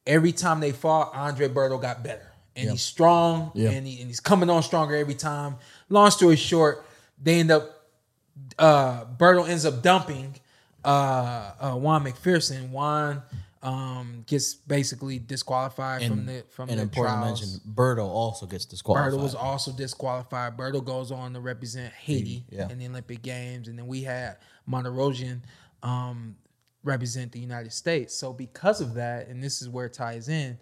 Speaker 4: every time they fought, Andre Berto got better, and he's strong,
Speaker 5: Yeah.
Speaker 4: and, he, and he's coming on stronger every time. Long story short, they end up uh Berto ends up dumping uh, uh Juan McPherson. Juan um gets basically disqualified from the from
Speaker 5: an
Speaker 4: the
Speaker 5: important
Speaker 4: trials.
Speaker 5: mention, Birdo also gets disqualified.
Speaker 4: Berto was also disqualified. Berto goes on to represent Haiti
Speaker 5: yeah.
Speaker 4: in the Olympic Games, and then we had Monterosian um, represent the United States. So because of that, and this is where it ties in,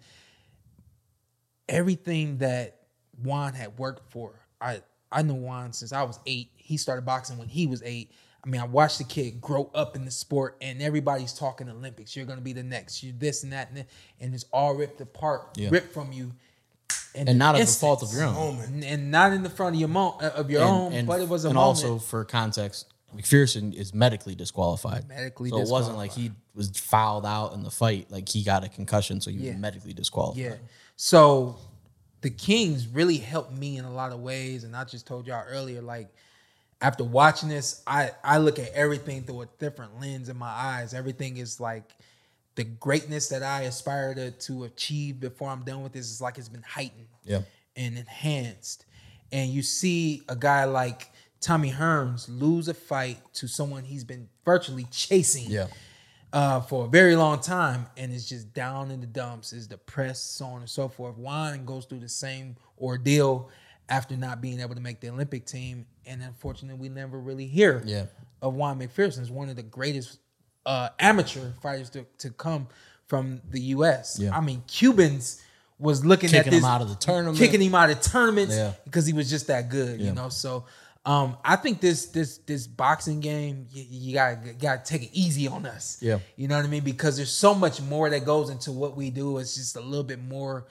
Speaker 4: everything that Juan had worked for, I I know Juan since I was eight. He started boxing when he was eight. I mean, I watched the kid grow up in the sport, and everybody's talking Olympics. You're gonna be the next. You're this and that, and, that, and it's all ripped apart,
Speaker 5: Yeah.
Speaker 4: ripped from you. in
Speaker 5: and
Speaker 4: an
Speaker 5: not at the
Speaker 4: instant
Speaker 5: fault of your own.
Speaker 4: and, and not in the front of your mo- uh, of your own, but it was a
Speaker 5: and
Speaker 4: moment.
Speaker 5: also for context, McPherson is medically disqualified.
Speaker 4: Medically
Speaker 5: so it wasn't like he was fouled out in the fight; like he got a concussion, so he
Speaker 4: Yeah.
Speaker 5: was medically disqualified.
Speaker 4: yeah. So the Kings really helped me in a lot of ways, and I just told y'all earlier, like after watching this, I I look at everything through a different lens in my eyes. Everything is like the greatness that I aspire to, to achieve before I'm done with this is like it's been heightened
Speaker 5: Yeah.
Speaker 4: and enhanced. And you see a guy like Tommy Hearns lose a fight to someone he's been virtually chasing
Speaker 5: Yeah.
Speaker 4: uh, for a very long time and is just down in the dumps, is depressed, so on and so forth. Juan goes through the same ordeal after not being able to make the Olympic team. And unfortunately, we never really hear
Speaker 5: Yeah.
Speaker 4: of Juan McPherson. He's one of the greatest uh, amateur fighters to, to come from the U.S.
Speaker 5: Yeah.
Speaker 4: I mean, Cubans was looking at
Speaker 5: Kicking him
Speaker 4: this,
Speaker 5: out of the tournament.
Speaker 4: kicking him out of tournaments
Speaker 5: Yeah.
Speaker 4: because he was just that good, you
Speaker 5: Yeah.
Speaker 4: know. So um, I think this this this boxing game you, you gotta gotta take it easy on us.
Speaker 5: Yeah.
Speaker 4: you know what I mean because there's so much more that goes into what we do. It's just a little bit more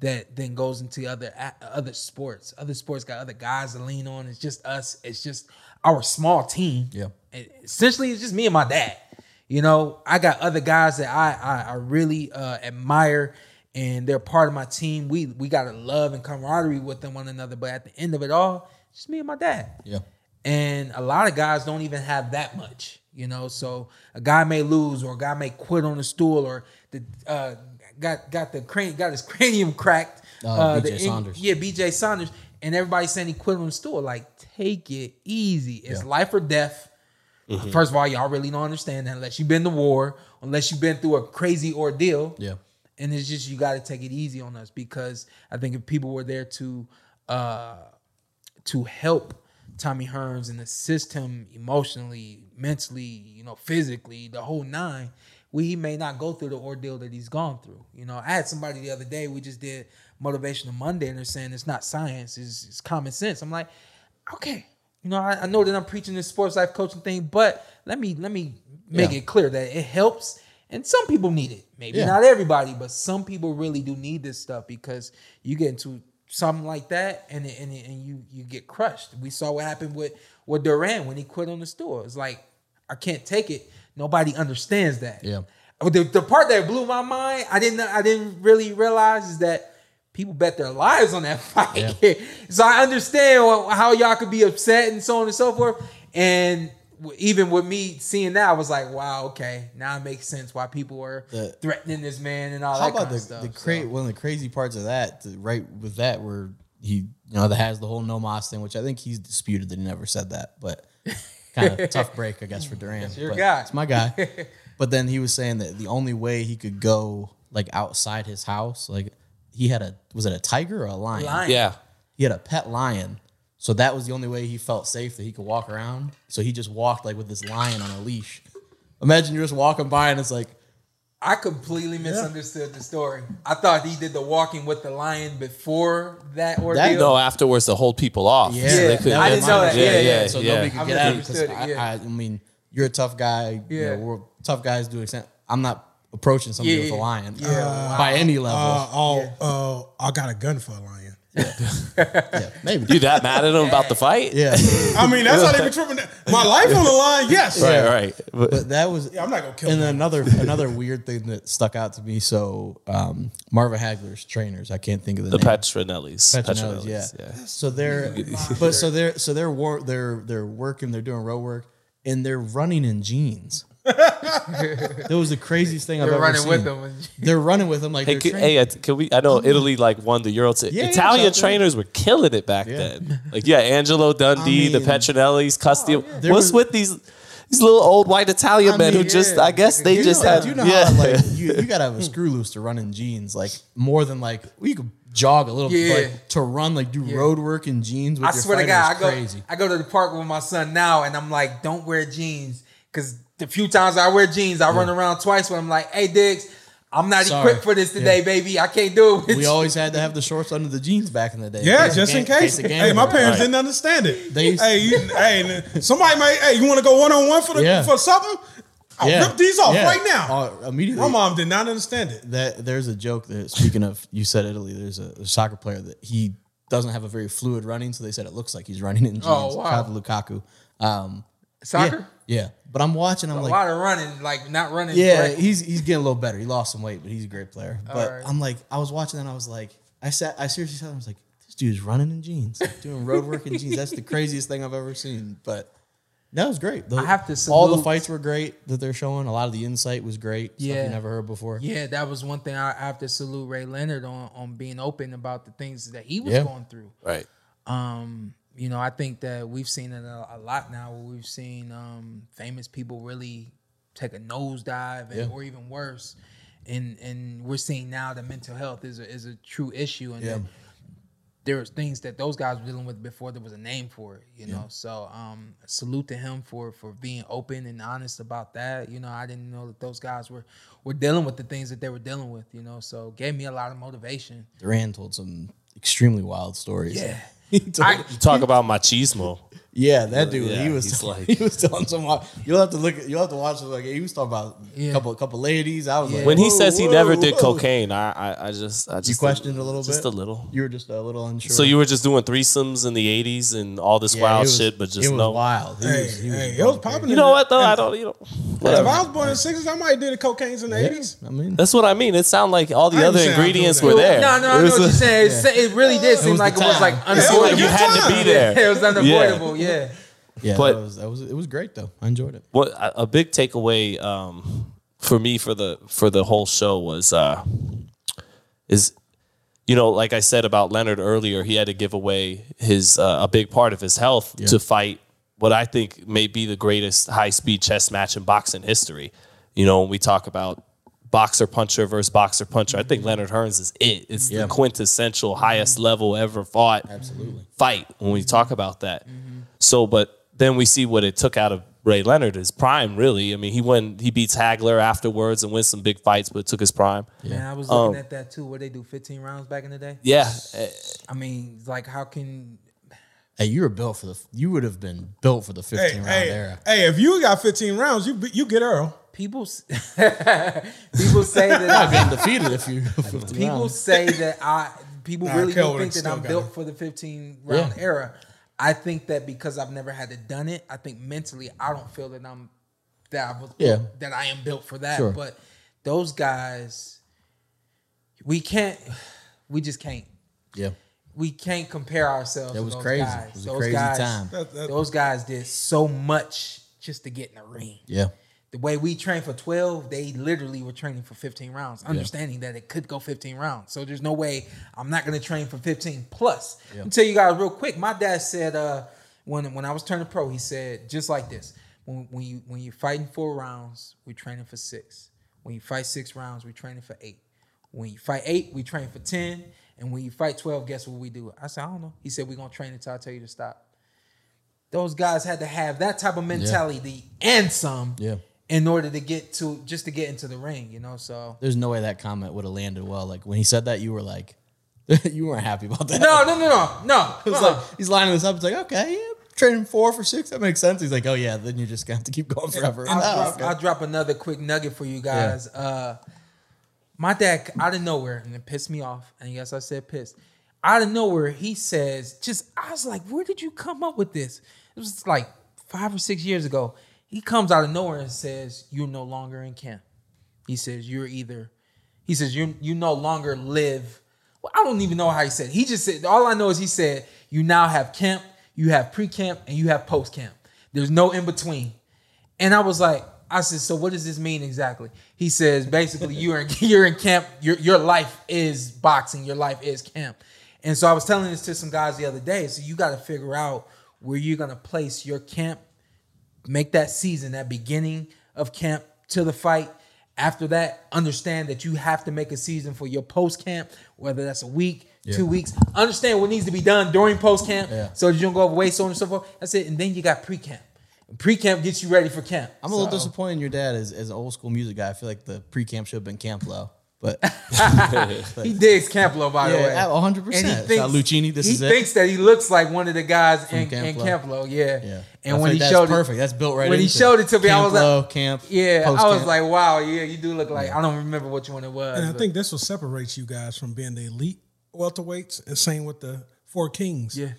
Speaker 4: that then goes into other a- other sports. Other sports got other guys to lean on. It's just us. It's just our small team.
Speaker 5: Yeah.
Speaker 4: It- essentially, it's just me and my dad. You know, I got other guys that I I, I really uh, admire, and they're part of my team. We we got a love and camaraderie with them one another. But at the end of it all, it's just me and my dad.
Speaker 5: Yeah.
Speaker 4: And a lot of guys don't even have that much, you know. So a guy may lose, or a guy may quit on the stool, or the uh, got got the crane got his cranium cracked.
Speaker 5: Uh,
Speaker 4: the
Speaker 5: B.J.
Speaker 4: in-
Speaker 5: Saunders.
Speaker 4: yeah, BJ Saunders, and everybody's saying he quit on the stool. Like, take it easy. It's life or death.
Speaker 5: Mm-hmm.
Speaker 4: First of all, y'all really don't understand that unless you've been to war, unless you've been through a crazy ordeal.
Speaker 5: Yeah.
Speaker 4: And it's just you got to take it easy on us because I think if people were there to uh to help Tommy Hearns and assist him emotionally, mentally, you know, physically, the whole nine, we may not go through the ordeal that he's gone through. You know, I had somebody the other day, we just did Motivational Monday, and they're saying it's not science, it's, it's common sense. I'm like, okay. You know, I, I know that I'm preaching this sports life coaching thing, but let me let me make
Speaker 5: Yeah.
Speaker 4: it clear that it helps and some people need it. Maybe
Speaker 5: Yeah.
Speaker 4: not everybody, but some people really do need this stuff because you get into something like that and it- and, it- and you you get crushed. We saw what happened with with Duran when he quit on the store. It's like I can't take it. Nobody understands that.
Speaker 5: Yeah.
Speaker 4: But the, the part that blew my mind, I didn't I didn't really realize is that people bet their lives on that fight. so I understand wh- how y'all could be upset and so on and so forth. And w- even with me seeing that, I was like, wow, okay, now it makes sense why people were
Speaker 5: The-
Speaker 4: threatening this man and all
Speaker 5: How
Speaker 4: that
Speaker 5: about
Speaker 4: kind
Speaker 5: the,
Speaker 4: of stuff.
Speaker 5: the cra-
Speaker 4: so.
Speaker 5: one of the crazy parts of that? the- right with that, where he you know that has the whole no mas thing, which I think he's disputed that he never said that, but kind of tough break, I guess, for Duran.
Speaker 4: your
Speaker 5: but
Speaker 4: guy.
Speaker 5: It's my guy. but then he was saying that the only way he could go like outside his house, like he had a was it a tiger or a lion?
Speaker 4: Lion.
Speaker 6: Yeah.
Speaker 5: He had a pet lion. So that was the only way he felt safe that he could walk around. So he just walked like with this lion on a leash. Imagine you're just walking by and it's like,
Speaker 4: I completely misunderstood the story. I thought he did the walking with the lion before that ordeal.
Speaker 6: No, afterwards to hold people off.
Speaker 5: Yeah,
Speaker 6: So they couldn't
Speaker 4: I
Speaker 6: get
Speaker 4: didn't know that.
Speaker 6: to-
Speaker 4: Yeah, yeah,
Speaker 5: So
Speaker 6: yeah.
Speaker 5: nobody
Speaker 4: I
Speaker 5: could get out of it. 'cause
Speaker 4: misunderstood
Speaker 5: I,
Speaker 4: it, yeah.
Speaker 5: I, I mean, you're a tough guy. Yeah,
Speaker 4: Yeah.
Speaker 5: we're tough guys to an extent. I'm not approaching somebody
Speaker 4: Yeah,
Speaker 5: with a
Speaker 4: yeah.
Speaker 5: lion
Speaker 4: Yeah, wow.
Speaker 5: by any level.
Speaker 3: Uh, oh, uh, I got a gun for a lion.
Speaker 5: yeah, maybe.
Speaker 6: You that mad at him about the fight?
Speaker 5: Yeah,
Speaker 3: I mean, that's how they be tripping. that- My life on the line. Yes.
Speaker 6: Right, right. But-
Speaker 5: but that was.
Speaker 3: Yeah, I'm not gonna kill.
Speaker 5: and
Speaker 3: him.
Speaker 5: then another another weird thing that stuck out to me. So um, Marva Hagler's trainers. I can't think of the,
Speaker 6: the
Speaker 5: name.
Speaker 6: Petronellis.
Speaker 5: Petronelli's, yeah. So they're but so they're so they're war they're they're working, they're doing row work, and they're running in jeans. that was the craziest thing I've
Speaker 4: They're
Speaker 5: ever
Speaker 4: running
Speaker 5: seen.
Speaker 4: with them. in jeans.
Speaker 5: They're running with them like
Speaker 6: Hey,
Speaker 5: they're
Speaker 6: can,
Speaker 5: training.
Speaker 6: hey, uh, can we? I know Italy like won the Euro. To,
Speaker 5: Yeah, yeah,
Speaker 6: Italian
Speaker 5: South Italy.
Speaker 6: trainers were killing it back then. Like yeah, Angelo Dundee, the
Speaker 5: mean- oh,
Speaker 6: Petronellis, Custio.
Speaker 5: There
Speaker 6: What's
Speaker 5: was-
Speaker 6: with these these little old white Italian
Speaker 5: I
Speaker 6: men
Speaker 5: mean,
Speaker 6: who just? I guess they
Speaker 5: you
Speaker 6: just
Speaker 5: know,
Speaker 6: had
Speaker 5: do you know
Speaker 6: yeah.
Speaker 5: how like you, you gotta have a screw loose to run in jeans like more than like well, you could jog a little
Speaker 4: Yeah.
Speaker 5: bit but to run like do road work in jeans with
Speaker 4: I
Speaker 5: your
Speaker 4: swear to
Speaker 5: fighter
Speaker 4: God, I
Speaker 5: is
Speaker 4: go
Speaker 5: crazy.
Speaker 4: I go to the park with my son now, and I'm like, don't wear jeans because the few times I wear jeans, I run around twice when I'm like, hey, Diggs, I'm not
Speaker 5: Sorry.
Speaker 4: equipped for this today,
Speaker 5: Yeah.
Speaker 4: baby. I can't do it. with
Speaker 5: We
Speaker 4: you."
Speaker 5: always had to have the shorts under the jeans back in the day.
Speaker 3: Yeah,
Speaker 5: It's a
Speaker 3: just
Speaker 5: ga-
Speaker 3: in case.
Speaker 5: it's a game
Speaker 3: Hey, my
Speaker 5: over.
Speaker 3: parents didn't understand it.
Speaker 5: They used-
Speaker 3: hey, you, hey, somebody might. Hey, you want to go one on one for the
Speaker 5: Yeah.
Speaker 3: for something? I'll rip these off
Speaker 5: Yeah.
Speaker 3: right now.
Speaker 5: Oh, immediately.
Speaker 3: My mom did not understand it.
Speaker 5: That there's a joke that speaking of you said Italy, there's a, a soccer player that he doesn't have a very fluid running, so they said it looks like he's running in jeans.
Speaker 4: Oh, wow.
Speaker 5: Shout out to Lukaku. Um,
Speaker 4: Soccer?
Speaker 5: Yeah, yeah. But I'm watching. I'm
Speaker 4: A
Speaker 5: like,
Speaker 4: lot of running, like not running.
Speaker 5: yeah,
Speaker 4: correct.
Speaker 5: he's he's getting a little better. He lost some weight, but he's a great player. But
Speaker 4: right.
Speaker 5: I'm like, I was watching and I was like, I sat, I seriously sat. there, I was like, this dude's running in jeans, doing road work in jeans. That's the craziest thing I've ever seen. But that was great. The-
Speaker 4: I have to
Speaker 5: all the
Speaker 4: salute-
Speaker 5: fights were great that they're showing. A lot of the insight was great. stuff
Speaker 4: Yeah.
Speaker 5: you never heard before.
Speaker 4: Yeah, that was one thing I I have to salute Ray Leonard on on being open about the things that he was
Speaker 5: Yeah.
Speaker 4: going through.
Speaker 6: Right.
Speaker 4: Um, you know, I think that we've seen it a, a lot now where we've seen um famous people really take a nosedive and, or even worse. And and we're seeing now that mental health is a is a true issue and
Speaker 5: Yeah.
Speaker 4: that there was things that those guys were dealing with before there was a name for it, you know. So um salute to him for for being open and honest about that. You know, I didn't know that those guys were were dealing with the things that they were dealing with, you know. So gave me a lot of motivation.
Speaker 5: Duran told some extremely wild stories.
Speaker 4: Yeah.
Speaker 5: He told-
Speaker 4: I-
Speaker 6: You talk about machismo.
Speaker 5: yeah, that dude.
Speaker 6: Yeah,
Speaker 5: he was
Speaker 6: he's like-
Speaker 5: he was telling some. wild- You'll have to look. at- You'll have to watch it. Like he was talking about a
Speaker 4: Yeah.
Speaker 5: couple, a couple ladies. I was like,
Speaker 6: When he
Speaker 5: whoa,
Speaker 6: says he
Speaker 5: whoa,
Speaker 6: never did
Speaker 5: whoa.
Speaker 6: cocaine, I, I, I just, I just
Speaker 5: you questioned a little
Speaker 6: just
Speaker 5: bit.
Speaker 6: a little.
Speaker 5: You were just a little unsure.
Speaker 6: So you were just doing threesomes in the '80s and all this
Speaker 5: Yeah,
Speaker 6: wild
Speaker 5: it was-
Speaker 6: shit, but
Speaker 5: it
Speaker 6: just
Speaker 5: was
Speaker 6: no.
Speaker 5: wild. He
Speaker 3: Hey,
Speaker 5: was, he was
Speaker 3: hey, it
Speaker 5: wild.
Speaker 3: was popping.
Speaker 6: You know what though? I don't. You know.
Speaker 3: If
Speaker 6: Whatever.
Speaker 3: I was born in the sixties, I might have did the cocaines in the
Speaker 5: Yeah,
Speaker 3: eighties.
Speaker 5: I mean,
Speaker 6: That's what I mean. It sounded like all the
Speaker 3: I
Speaker 6: other
Speaker 3: understand. I do
Speaker 6: ingredients
Speaker 3: that.
Speaker 6: were there.
Speaker 4: No, no, I
Speaker 6: It
Speaker 4: know
Speaker 6: was
Speaker 4: what you're
Speaker 6: a-
Speaker 4: saying. It, sa- it really did seem
Speaker 5: was
Speaker 4: like
Speaker 5: the
Speaker 4: it was like
Speaker 5: time.
Speaker 6: It seemed like
Speaker 4: unavoidable.
Speaker 6: you had to be there.
Speaker 4: it was unavoidable. Yeah.
Speaker 5: yeah,
Speaker 6: But-
Speaker 5: that was, that was it was great though. I enjoyed it.
Speaker 6: what a a big takeaway um, for me for the for the whole show was uh, is you know like I said about Leonard earlier, he had to give away his uh, a big part of his health to fight what I think may be the greatest high speed chess match in boxing history. You know, when we talk about boxer puncher versus boxer puncher, I think Leonard Hearns is it. It's the quintessential highest level ever fought Absolutely. Mm-hmm. fight when we talk about that. So, but then we see what it took out of Ray Leonard, his prime, really. I mean, he won, he beats Hagler afterwards and wins some big fights, but it took his prime.
Speaker 4: Man, I was
Speaker 6: Um,
Speaker 4: looking at that too. What they do, 15 rounds back in the day?
Speaker 6: Yeah. eh,
Speaker 4: I mean, like, how can.
Speaker 5: Hey, you were built for the. You would have been built for the
Speaker 3: Hey,
Speaker 5: fifteen round
Speaker 3: hey,
Speaker 5: era.
Speaker 3: hey, if you got fifteen rounds, you be- you get Earl.
Speaker 4: People, s- people say that I,
Speaker 5: Been defeated if you fifteen
Speaker 4: people
Speaker 5: rounds.
Speaker 4: say that I people
Speaker 3: Nah,
Speaker 4: really
Speaker 3: Kel
Speaker 4: do think
Speaker 3: would've
Speaker 4: that I'm
Speaker 3: still got
Speaker 4: built
Speaker 3: it.
Speaker 4: for the 15 round era. I think that because I've never had to done it, I think mentally I don't feel that I'm that I was
Speaker 5: Yeah.
Speaker 4: that I am built for that.
Speaker 5: Sure.
Speaker 4: But those guys, we can't, we just can't.
Speaker 5: Yeah.
Speaker 4: We can't compare ourselves.
Speaker 5: That
Speaker 4: to
Speaker 5: was
Speaker 4: those
Speaker 5: crazy.
Speaker 4: Guys.
Speaker 5: It was a
Speaker 4: those
Speaker 5: crazy
Speaker 4: guys,
Speaker 5: time.
Speaker 3: That- that-
Speaker 4: those guys did so much just to get in the ring.
Speaker 5: Yeah.
Speaker 4: The way we trained for 12, they literally were training for 15 rounds, understanding that it could go 15 rounds. So there's no way I'm not going to train for 15 plus. I'll tell you guys real quick. My dad said uh, when when I was turning pro, he said just like this: when when you when you're fighting four rounds, we're training for six. When you fight six rounds, we're training for eight. When you fight eight, we train for ten. And when you fight twelve, guess what we do? I said I don't know. He said we're gonna train until I tell you to stop those guys had to have that type of mentality and some
Speaker 5: Yeah.
Speaker 4: in order to get to just to get into the ring, you know. So
Speaker 5: There's no way that comment would have landed well. Like when he said that, you were like, you weren't happy about that.
Speaker 4: no, no, no, no, no.
Speaker 5: It was
Speaker 4: uh-uh.
Speaker 5: like he's lining this up. It's like, okay, yeah, training four for six. That makes sense. He's like, oh yeah, then you just gonna have to keep going forever.
Speaker 4: I'll,
Speaker 5: Oh,
Speaker 4: drop,
Speaker 5: okay.
Speaker 4: I'll drop another quick nugget for you guys. Uh, my dad, out of nowhere, and it pissed me off. And yes, I said pissed. Out of nowhere, he says, just, I was like, where did you come up with this? It was like five or six years ago. He comes out of nowhere and says, you're no longer in camp. He says, you're either, he says, you you no longer live. Well, I don't even know how he said it. He just said, all I know is he said, you now have camp, you have pre camp, and you have post camp. There's no in between. And I was like, I said, so what does this mean exactly? He says, basically, you're in you're in camp. Your your life is boxing. Your life is camp. And so I was telling this to some guys the other day. So you got to figure out where you're gonna place your camp. Make that season, that beginning of camp to the fight. After that, understand that you have to make a season for your post camp, whether that's a week, two weeks. Understand what needs to be done during post camp,
Speaker 5: Yeah.
Speaker 4: so that you don't go overweight, so on and so forth. That's it. And then you got pre camp. Pre camp gets you ready for camp.
Speaker 5: I'm a little disappointed in your dad as, as an old school music guy. I feel like the pre camp should have been Camp Low. But
Speaker 4: He digs Campbell, by the
Speaker 5: Yeah,
Speaker 4: way.
Speaker 5: at 100%. Shout out Lucchini, this
Speaker 4: he
Speaker 5: is it.
Speaker 4: thinks that he looks like one of the guys in,
Speaker 5: Camp
Speaker 4: in
Speaker 5: Lo.
Speaker 4: Campbell. Yeah.
Speaker 5: yeah,
Speaker 4: And
Speaker 5: I
Speaker 4: when
Speaker 5: think
Speaker 4: he
Speaker 5: that's
Speaker 4: showed
Speaker 5: perfect,
Speaker 4: it,
Speaker 5: that's built right.
Speaker 4: when he
Speaker 5: into
Speaker 4: showed it to me, I
Speaker 5: Camp
Speaker 4: was like-
Speaker 5: Low, camp.
Speaker 4: yeah, I was
Speaker 5: post-camp.
Speaker 4: like, wow, yeah, you do look like I don't remember which one it was.
Speaker 3: And I
Speaker 4: but-
Speaker 3: think this will separate you guys from being the elite welterweights and same with the four kings.
Speaker 4: Yeah.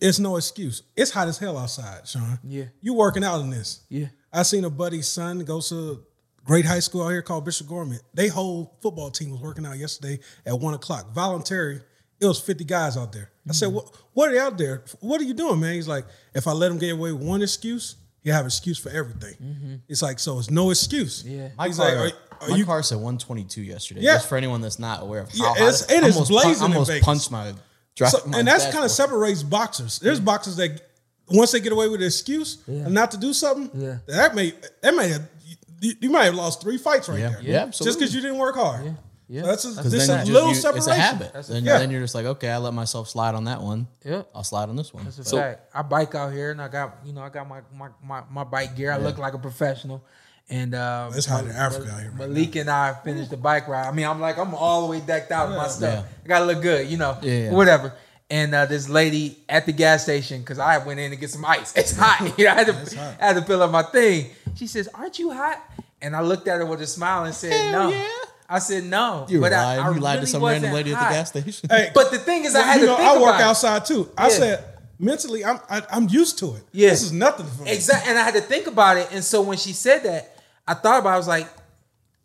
Speaker 3: It's no excuse. It's hot as hell outside, Sean.
Speaker 4: Yeah.
Speaker 3: You working out in this.
Speaker 4: Yeah.
Speaker 3: I seen a buddy's son goes to great high school out here called Bishop Gorman. They whole football team was working out yesterday at one o'clock. Voluntary. It was 50 guys out there. I
Speaker 4: Mm.
Speaker 3: said, what, what are they out there? What are you doing, man? He's like, if I let him get away with one excuse, you have excuse for everything. It's like, so it's no excuse.
Speaker 4: Mm-hmm. Yeah.
Speaker 5: My
Speaker 3: He's
Speaker 5: car,
Speaker 3: like, are,
Speaker 5: my
Speaker 3: are you
Speaker 5: car said 122 yesterday.
Speaker 3: Yeah.
Speaker 5: Just for anyone that's not aware of how
Speaker 3: Yeah,
Speaker 5: hot
Speaker 3: it's- it
Speaker 5: I
Speaker 3: is
Speaker 5: almost pun-
Speaker 3: blazing in
Speaker 5: I almost
Speaker 3: Vegas.
Speaker 5: punched my drive.
Speaker 3: So, and that's kind of separates boxers. There's boxers that once they get away with an excuse not to do something,
Speaker 4: Yeah.
Speaker 3: that may that may have, you, you might have lost three fights right
Speaker 5: Yeah.
Speaker 3: there.
Speaker 5: Yeah,
Speaker 3: just
Speaker 5: absolutely.
Speaker 3: because you didn't work hard.
Speaker 4: Yeah.
Speaker 3: So that's just,
Speaker 5: Because
Speaker 3: this
Speaker 5: then
Speaker 3: is
Speaker 5: you
Speaker 3: little
Speaker 5: just, you,
Speaker 3: separation.
Speaker 5: it's a habit. Then,
Speaker 3: yeah.
Speaker 5: then you're just like, okay, I let myself slide on that one.
Speaker 4: Yeah.
Speaker 5: I'll slide on this one.
Speaker 4: That's a
Speaker 6: So-
Speaker 4: fact. I bike out here and I got you know I got my my my, my bike gear. I look like a professional. And uh,
Speaker 3: It's hot in Africa out here. right
Speaker 4: Malik and I finished the bike ride. I mean, I'm like I'm all the way decked out with my stuff.
Speaker 5: Yeah.
Speaker 4: I gotta look good, you know,
Speaker 5: Yeah, yeah.
Speaker 4: whatever. And uh, this lady at the gas station because I went in to get some ice. It's hot. You know, I had to I had to fill up my thing. She says, "Aren't you hot?" And I looked at her with a smile and said,
Speaker 5: Hell
Speaker 4: "No."
Speaker 5: yeah.
Speaker 4: I said, "No."
Speaker 5: you were
Speaker 4: But I-
Speaker 5: lying.
Speaker 4: I
Speaker 5: you lied to
Speaker 4: really
Speaker 5: some random
Speaker 4: wasn't
Speaker 5: lady at
Speaker 4: hot.
Speaker 5: the gas station.
Speaker 3: Hey,
Speaker 4: But the thing is, I had
Speaker 3: you
Speaker 4: to
Speaker 3: know,
Speaker 4: think
Speaker 3: I work
Speaker 4: about it.
Speaker 3: outside too. I
Speaker 4: Yeah.
Speaker 3: said mentally, I'm I, I'm used to it.
Speaker 4: Yeah.
Speaker 3: This is nothing for me.
Speaker 4: Exactly. And I had to think about it. And so when she said that, I thought about it. I was like,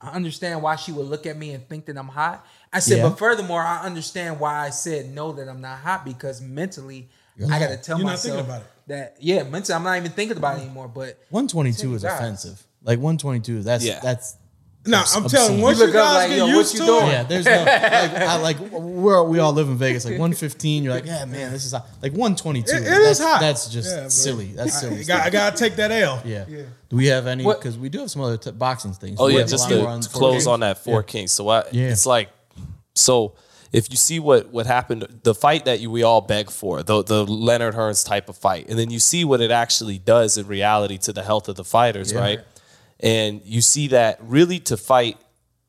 Speaker 4: I understand why she would look at me and think that I'm hot. I said,
Speaker 5: Yeah.
Speaker 4: but furthermore, I understand why I said no that I'm not hot because mentally, I got to tell
Speaker 3: You're not
Speaker 4: myself
Speaker 3: thinking about it.
Speaker 4: that, yeah, mentally, I'm not even thinking about it anymore. But
Speaker 5: 122 is
Speaker 4: Take guys.
Speaker 5: offensive. Like 122, that's
Speaker 6: Yeah.
Speaker 5: that's
Speaker 3: Now
Speaker 5: Obs-
Speaker 3: I'm telling
Speaker 5: obscene.
Speaker 3: you, once
Speaker 4: You
Speaker 3: you
Speaker 4: look up
Speaker 3: guys
Speaker 4: like,
Speaker 3: get
Speaker 4: yo, what
Speaker 3: used
Speaker 4: you
Speaker 3: to
Speaker 4: doing?
Speaker 3: it,
Speaker 5: yeah. There's no like I like we're we all live in Vegas. Like 115, you're like, yeah, man, this is hot. like 122.
Speaker 3: It- it is
Speaker 5: that's,
Speaker 3: hot.
Speaker 5: That's just
Speaker 3: Yeah, but-
Speaker 5: silly. That's silly.
Speaker 3: I got- I gotta take that L.
Speaker 5: Yeah. Do we have any?
Speaker 4: What-
Speaker 5: Because we do have some other t- boxing things.
Speaker 6: Oh yeah,
Speaker 5: What
Speaker 6: just
Speaker 5: line
Speaker 6: to,
Speaker 5: we're on
Speaker 6: to
Speaker 5: for
Speaker 6: close
Speaker 5: games?
Speaker 6: on that four kings. So I,
Speaker 5: Yeah.
Speaker 6: it's like, so if you see what what happened, the fight that you, we all beg for, the the Leonard Hearns type of fight, and then you see what it actually does in reality to the health of the fighters, right? And you see that really to fight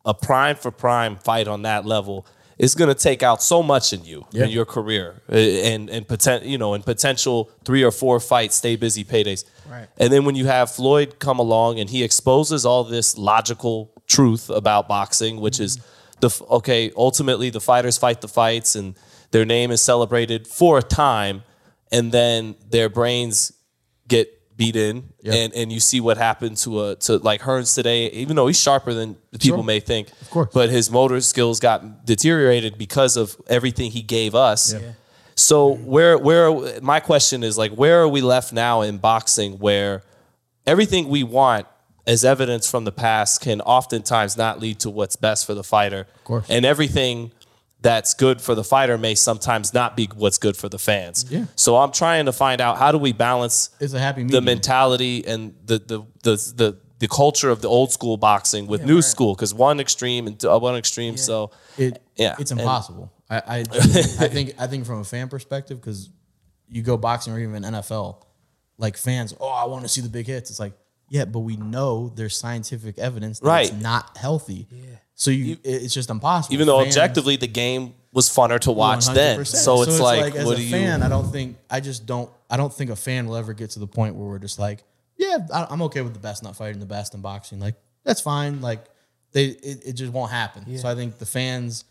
Speaker 6: a prime for prime fight on that level is going to take out so much in you in your career uh, and and potent, you know, and potential three or four fights, stay busy paydays.
Speaker 4: Right.
Speaker 6: And then when you have Floyd come along and he exposes all this logical truth about boxing, which is the f- okay, ultimately the fighters fight the fights and their name is celebrated for a time, and then their brains get beat in,
Speaker 5: Yep.
Speaker 6: and and you see what happened to a to like Hearns today. Even though he's sharper than people
Speaker 5: Sure.
Speaker 6: may think, of
Speaker 5: course.
Speaker 6: but his motor skills got deteriorated because of everything he gave us.
Speaker 5: Yeah. Yeah.
Speaker 6: So where where my question is like where are we left now in boxing where everything we want as evidence from the past can oftentimes not lead to what's best for the fighter. Of
Speaker 5: course.
Speaker 6: And everything that's good for the fighter may sometimes not be what's good for the fans.
Speaker 5: Yeah.
Speaker 6: So I'm trying to find out how do we balance
Speaker 5: It's a happy
Speaker 6: the
Speaker 5: medium.
Speaker 6: mentality and the the the the, the culture of the old school boxing with new school because one extreme and t- uh, one extreme. So
Speaker 5: It,
Speaker 6: Yeah,
Speaker 5: it's
Speaker 6: and-
Speaker 5: impossible. I, I, I think I think from a fan perspective, because you go boxing or even NFL, like fans, oh, I want to see the big hits. It's like, yeah, but we know there's scientific evidence that it's
Speaker 6: Right.
Speaker 5: not healthy. Yeah. So you, it- it's just impossible.
Speaker 6: even though
Speaker 5: Fans-
Speaker 6: objectively the game was funner to watch then,
Speaker 5: 100%.
Speaker 6: so it's, like,
Speaker 5: as
Speaker 6: what
Speaker 5: a
Speaker 6: do you?
Speaker 5: fan, I don't think I just don't I don't think a fan will ever get to the point where we're just like, yeah, I- I'm okay with the best not fighting the best in boxing. Like that's fine. Like they it, it just won't happen. So I think the fans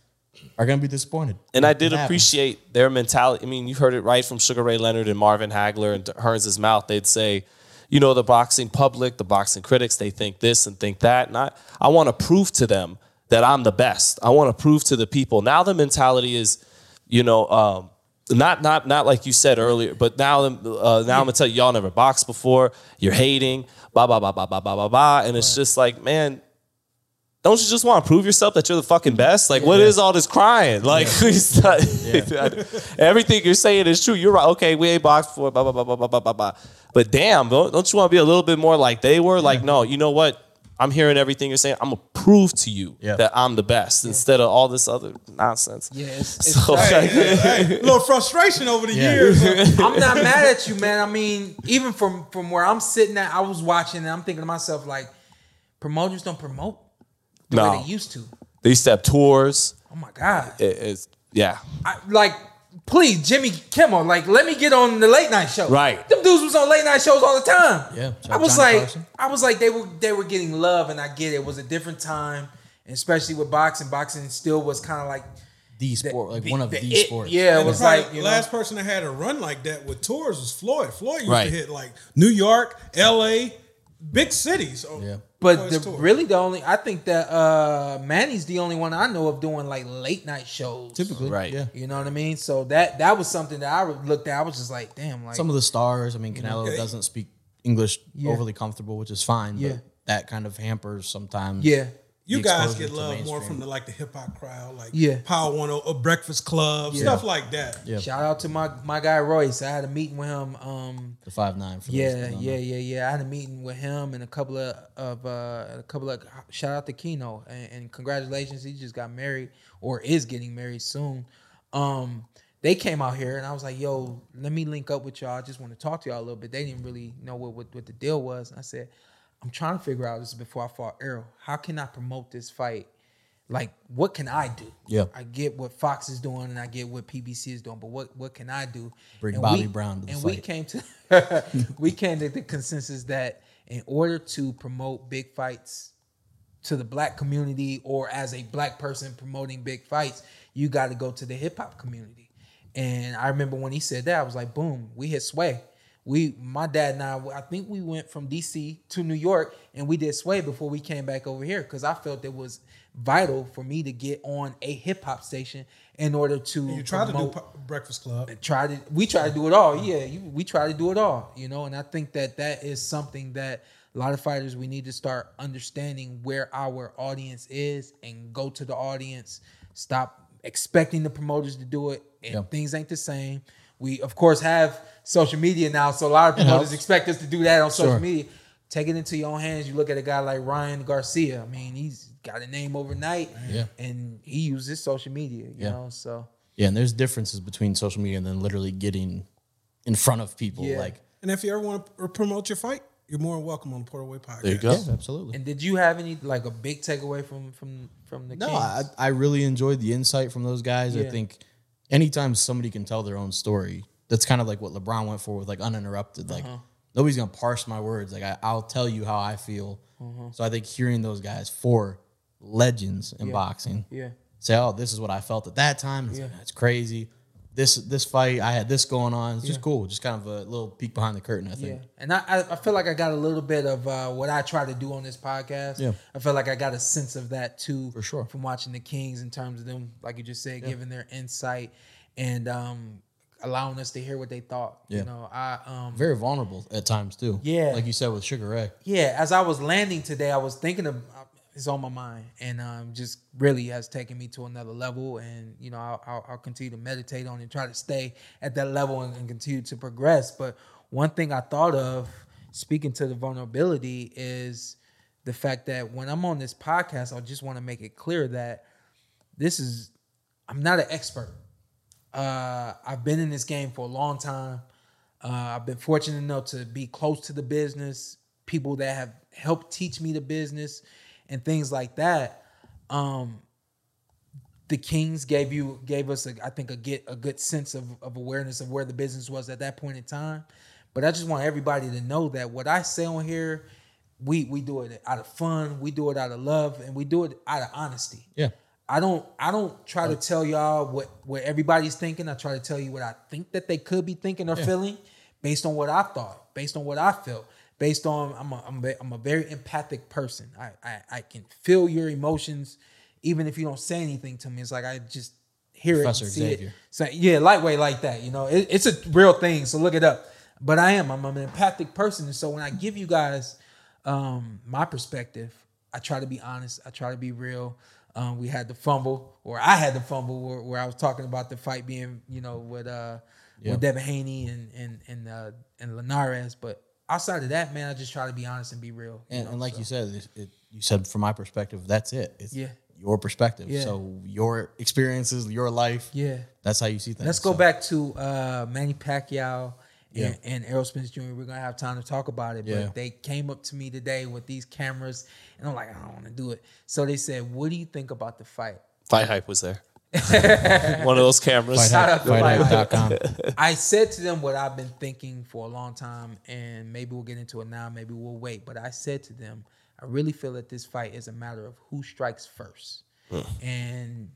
Speaker 5: are gonna be disappointed.
Speaker 6: And I
Speaker 5: It
Speaker 6: did
Speaker 5: happens.
Speaker 6: appreciate their mentality. I mean, you heard it right from Sugar Ray Leonard and Marvin Hagler and Hearns' mouth. They'd say, you know, the boxing public, the boxing critics, they think this and think that. And I, I want to prove to them that I'm the best. I want to prove to the people. Now the mentality is, you know, um, not not not like you said earlier, but now uh, now I'm gonna tell you, y'all never boxed before. You're hating, blah blah blah blah blah blah blah blah, and it's just like, man, don't you just want to prove yourself that you're the fucking best? Like, what is all this crying? Like, please not- everything you're saying is true. You're right. Okay, we ain't boxed for blah blah blah blah blah blah blah. blah. But damn, don't, don't you want to be a little bit more like they were? Like, no, you know what? I'm hearing everything you're saying. I'm gonna prove to you
Speaker 5: Yeah.
Speaker 6: that I'm the best instead of all this other nonsense.
Speaker 4: Yeah, it's- it's
Speaker 6: so
Speaker 4: right.
Speaker 6: like,
Speaker 3: a little frustration over the
Speaker 5: Yeah.
Speaker 3: years.
Speaker 4: I'm not mad at you, man. I mean, even from from where I'm sitting at, I was watching and I'm thinking to myself like, promoters don't promote the way
Speaker 6: no,
Speaker 4: they used to.
Speaker 6: these step tours.
Speaker 4: Oh my god!
Speaker 6: It, it's yeah,
Speaker 4: I, like, please, Jimmy Kimmel, like, let me get on the late night show.
Speaker 6: Right.
Speaker 4: Them dudes was on late night shows all the time.
Speaker 5: Yeah,
Speaker 4: I was
Speaker 5: Johnny
Speaker 4: like,
Speaker 5: Carson.
Speaker 4: I was like, they were they were getting love, and I get it. It was a different time, and especially with boxing. Boxing still was kind of like
Speaker 5: the sport, like
Speaker 4: the-
Speaker 5: one of
Speaker 4: the
Speaker 5: the,
Speaker 4: it-
Speaker 5: sports.
Speaker 4: Yeah, it
Speaker 3: And
Speaker 4: was
Speaker 3: probably
Speaker 4: like you know,
Speaker 3: last person that had a run like that with tours was Floyd. Floyd used
Speaker 6: Right.
Speaker 3: to hit like New York, L.A., big cities. Oh,
Speaker 5: Yeah.
Speaker 4: But
Speaker 3: Boys
Speaker 4: the,
Speaker 3: tour.
Speaker 4: really, the only I think that uh Manny's the only one I know of doing like late night shows.
Speaker 5: Typically.
Speaker 6: Right.
Speaker 5: Yeah.
Speaker 4: you know what I mean. So that that was something that I looked at. I was just like, damn, like
Speaker 5: Some of the stars, I mean, Canelo doesn't speak English
Speaker 4: Yeah.
Speaker 5: overly comfortable, which is fine,
Speaker 4: Yeah.
Speaker 5: but that kind of hampers sometimes.
Speaker 4: yeah,
Speaker 3: You
Speaker 5: the
Speaker 3: guys
Speaker 5: exposure
Speaker 3: get
Speaker 5: to
Speaker 3: love more
Speaker 5: mainstream.
Speaker 3: from the like the hip hop crowd, like
Speaker 4: Yeah.
Speaker 3: Power One or Breakfast Club, stuff like that.
Speaker 5: Yeah.
Speaker 4: Shout out to my my guy Royce. I had a meeting with him. Um,
Speaker 5: The five nine for those
Speaker 4: yeah,
Speaker 5: that don't know.
Speaker 4: yeah, yeah, yeah. I had a meeting with him and a couple of of uh, a couple of shout out to Kino and, and congratulations. He just got married or is getting married soon. Um, they came out here and I was like, "Yo, let me link up with y'all. I just want to talk to y'all a little bit." They didn't really know what what, what the deal was, and I said, "I'm trying to figure out this before I fought Errol. How can I promote this fight?" Like, what can I do?
Speaker 5: Yeah.
Speaker 4: I get what Fox is doing and I get what PBC is doing, but what what can I do?
Speaker 5: Bring
Speaker 4: And
Speaker 5: Bobby Brown to the
Speaker 4: and we
Speaker 5: fight.
Speaker 4: came to we came to the consensus that in order to promote big fights to the black community or as a black person promoting big fights, you got to go to the hip hop community. And I remember when he said that, I was like, boom, we hit Sway. We, my dad and I, I think we went from DC to New York and we did Sway before we came back over here because I felt it was vital for me to get on a hip hop station in order to
Speaker 3: You try to do
Speaker 4: promote-
Speaker 3: po- Breakfast Club.
Speaker 4: try to we try to do it all yeah you, we try to do it all you know and i think that that is something that a lot of fighters we need to start understanding where our audience is and go to the audience stop expecting the promoters to do it and
Speaker 5: Yeah.
Speaker 4: things ain't the same we of course have social media now so a lot of promoters
Speaker 5: helps.
Speaker 4: expect us to do that on social
Speaker 5: Sure.
Speaker 4: media take it into your own hands you look at a guy like ryan garcia i mean he's got a name overnight
Speaker 5: Yeah.
Speaker 4: and he uses social media you
Speaker 5: Yeah.
Speaker 4: know so
Speaker 5: Yeah, and there's differences between social media and then literally getting in front of people.
Speaker 4: Yeah.
Speaker 5: Like,
Speaker 3: And if you ever want to promote your fight, you're more than welcome on the Port Away podcast.
Speaker 6: there you go.
Speaker 5: yeah, absolutely.
Speaker 4: And did you have any like a big takeaway from from from the
Speaker 5: no,
Speaker 4: Kings?
Speaker 5: I, I really enjoyed the insight from those guys.
Speaker 4: Yeah.
Speaker 5: I think anytime somebody can tell their own story, that's kind of like what LeBron went for with like uninterrupted. Like,
Speaker 4: Uh-huh.
Speaker 5: nobody's going to parse my words. Like, I, I'll tell you how I feel.
Speaker 4: Uh-huh.
Speaker 5: So I think hearing those guys for legends in boxing
Speaker 4: yeah,
Speaker 5: say, oh, this is what I felt at that time. It's, it's crazy. this this fight, I had this going on. It's just cool. Just kind of a little peek behind the curtain,
Speaker 4: Yeah.
Speaker 5: I think.
Speaker 4: And I, I- I feel like I got a little bit of uh, what I try to do on this podcast.
Speaker 5: Yeah.
Speaker 4: I feel like I got a sense of that too.
Speaker 5: For sure.
Speaker 4: From watching the Kings in terms of them, like you just said, giving their insight and um, allowing us to hear what they thought.
Speaker 5: Yeah.
Speaker 4: You know, I um,
Speaker 5: Very vulnerable at times too.
Speaker 4: Yeah.
Speaker 5: like you said with Sugar Ray.
Speaker 4: yeah, as I was landing today, I was thinking of uh, it's on my mind, and um, just really has taken me to another level. And you know, I'll, I'll, I'll continue to meditate on and try to stay at that level and, and continue to progress. But one thing I thought of, speaking to the vulnerability, is the fact that when I'm on this podcast, I just want to make it clear that this is I'm not an expert. Uh, I've been in this game for a long time. Uh, I've been fortunate enough to be close to the business, people that have helped teach me the business, and things like that. Um, the Kings gave you gave us, a, I think, a get a good sense of, of awareness of where the business was at that point in time. But I just want everybody to know that what I say on here, we we do it out of fun, we do it out of love, and we do it out of honesty.
Speaker 5: Yeah,
Speaker 4: I don't I don't try to tell y'all what what everybody's thinking. I try to tell you what I think that they could be thinking or feeling based on what I thought, based on what I felt, based on I'm a, I'm, a, I'm a very empathic person. I, I I can feel your emotions even if you don't say anything to me. It's like I just hear it
Speaker 5: Professor
Speaker 4: and see it.
Speaker 5: Xavier.
Speaker 4: So yeah, lightweight like that. You know, it, it's a real thing. So look it up. But I am. I'm, I'm an empathic person, and so when I give you guys um, my perspective, I try to be honest. I try to be real. Um, we had the fumble, or I had the fumble, where, where I was talking about the fight being, you know, with uh, with Devin Haney and and and uh, and Linares. But outside of that, man, I just try to be honest and be real. you
Speaker 5: and,
Speaker 4: know,
Speaker 5: and like
Speaker 4: so.
Speaker 5: you said, it, it, you said from my perspective, that's it. It's
Speaker 4: Yeah.
Speaker 5: your perspective.
Speaker 4: Yeah.
Speaker 5: So your experiences, your life.
Speaker 4: Yeah.
Speaker 5: that's how you see things.
Speaker 4: Let's go
Speaker 5: So,
Speaker 4: back to uh, Manny Pacquiao and,
Speaker 5: Yeah.
Speaker 4: and Errol Spence Jr. We're gonna have time to talk about it,
Speaker 5: Yeah.
Speaker 4: but they came up to me today with these cameras, and I'm like, I don't want to do it. So they said, "What do you think about the fight?"
Speaker 6: Fight hype was there. One of those cameras.
Speaker 4: Shout out to Mike.
Speaker 5: Fightout.com.
Speaker 4: I said to them what I've been thinking for a long time, and maybe we'll get into it now, maybe we'll wait. But I said to them, I really feel that this fight is a matter of who strikes first. And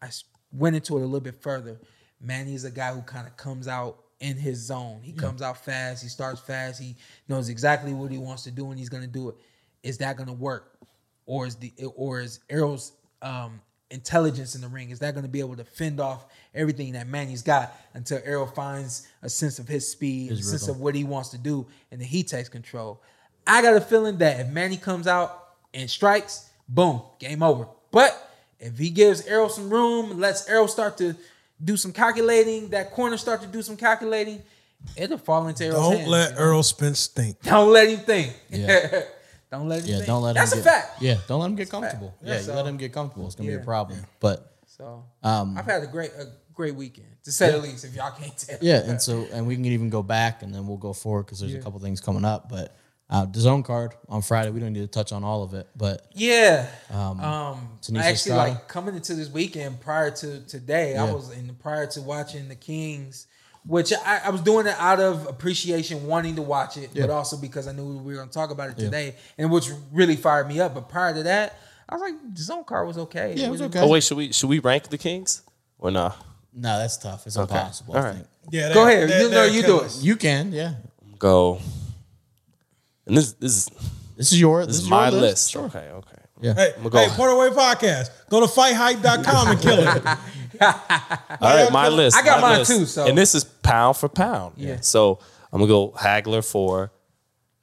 Speaker 4: I s- went into it a little bit further. Manny is a guy who kind of comes out in his zone. He comes out fast, he starts fast, he knows exactly what he wants to do, and he's gonna do it. Is that gonna work? Or is the or is Errol's um intelligence in the ring? Is that gonna be able to fend off everything that Manny's got until Errol finds a sense of his speed, a sense of what he wants to do, and then he takes control. I got a feeling that if Manny comes out and strikes, boom, game over. But if he gives Errol some room, lets Errol start to do some calculating, that corner start to do some calculating, it'll fall into Errol's
Speaker 3: Don't
Speaker 4: hands.
Speaker 3: let
Speaker 4: you know?
Speaker 3: Earl Spence think.
Speaker 4: Don't let him think. don't let him
Speaker 5: Yeah,
Speaker 4: think.
Speaker 5: don't let
Speaker 4: That's
Speaker 5: him
Speaker 4: a
Speaker 5: get,
Speaker 4: fact.
Speaker 5: Yeah, don't let him get comfortable. Yeah,
Speaker 4: That's
Speaker 5: you let
Speaker 4: all.
Speaker 5: him get comfortable. It's gonna be
Speaker 4: Yeah.
Speaker 5: a problem. But
Speaker 4: So
Speaker 5: um,
Speaker 4: I've had a great a great weekend, to say the least, if y'all can't tell.
Speaker 5: yeah, and so and we can even go back and then we'll go forward because there's a couple things coming up. But uh, the zone card on Friday, we don't need to touch on all of it. But
Speaker 4: Yeah.
Speaker 5: um,
Speaker 4: Um,
Speaker 5: Tanisha
Speaker 4: I actually
Speaker 5: Estrada.
Speaker 4: like coming into this weekend prior to today. I
Speaker 5: Yeah.
Speaker 4: was in prior to watching the Kings, which I, I was doing it out of appreciation, wanting to watch it,
Speaker 5: Yeah.
Speaker 4: but also because I knew we were going to talk about it today, and which really fired me up. But prior to that, I was like, the zone car was okay.
Speaker 5: yeah, it was
Speaker 4: really-
Speaker 5: okay.
Speaker 6: Oh wait, should we should we rank the Kings or nah?
Speaker 5: no, that's tough. It's impossible.
Speaker 6: All
Speaker 5: I
Speaker 6: right.
Speaker 5: think.
Speaker 3: Yeah,
Speaker 4: Go
Speaker 3: they-
Speaker 4: ahead.
Speaker 3: they-
Speaker 4: You know
Speaker 3: they'll
Speaker 4: you
Speaker 3: kill
Speaker 4: do
Speaker 3: us.
Speaker 4: it.
Speaker 5: You can, yeah.
Speaker 6: Go. And this this is
Speaker 5: This is your
Speaker 6: this is
Speaker 5: your
Speaker 6: my list.
Speaker 5: Sure.
Speaker 6: Okay, okay.
Speaker 5: Yeah.
Speaker 3: Hey,
Speaker 6: I'ma go.
Speaker 3: hey, Portaway Podcast. Go to fighthype.com and kill it.
Speaker 6: All right, my
Speaker 3: gotta go.
Speaker 6: list.
Speaker 4: I got
Speaker 6: my
Speaker 4: mine
Speaker 6: list.
Speaker 4: too, so-
Speaker 6: and this is pound for pound.
Speaker 4: Yeah.
Speaker 6: So I'm gonna go Hagler four,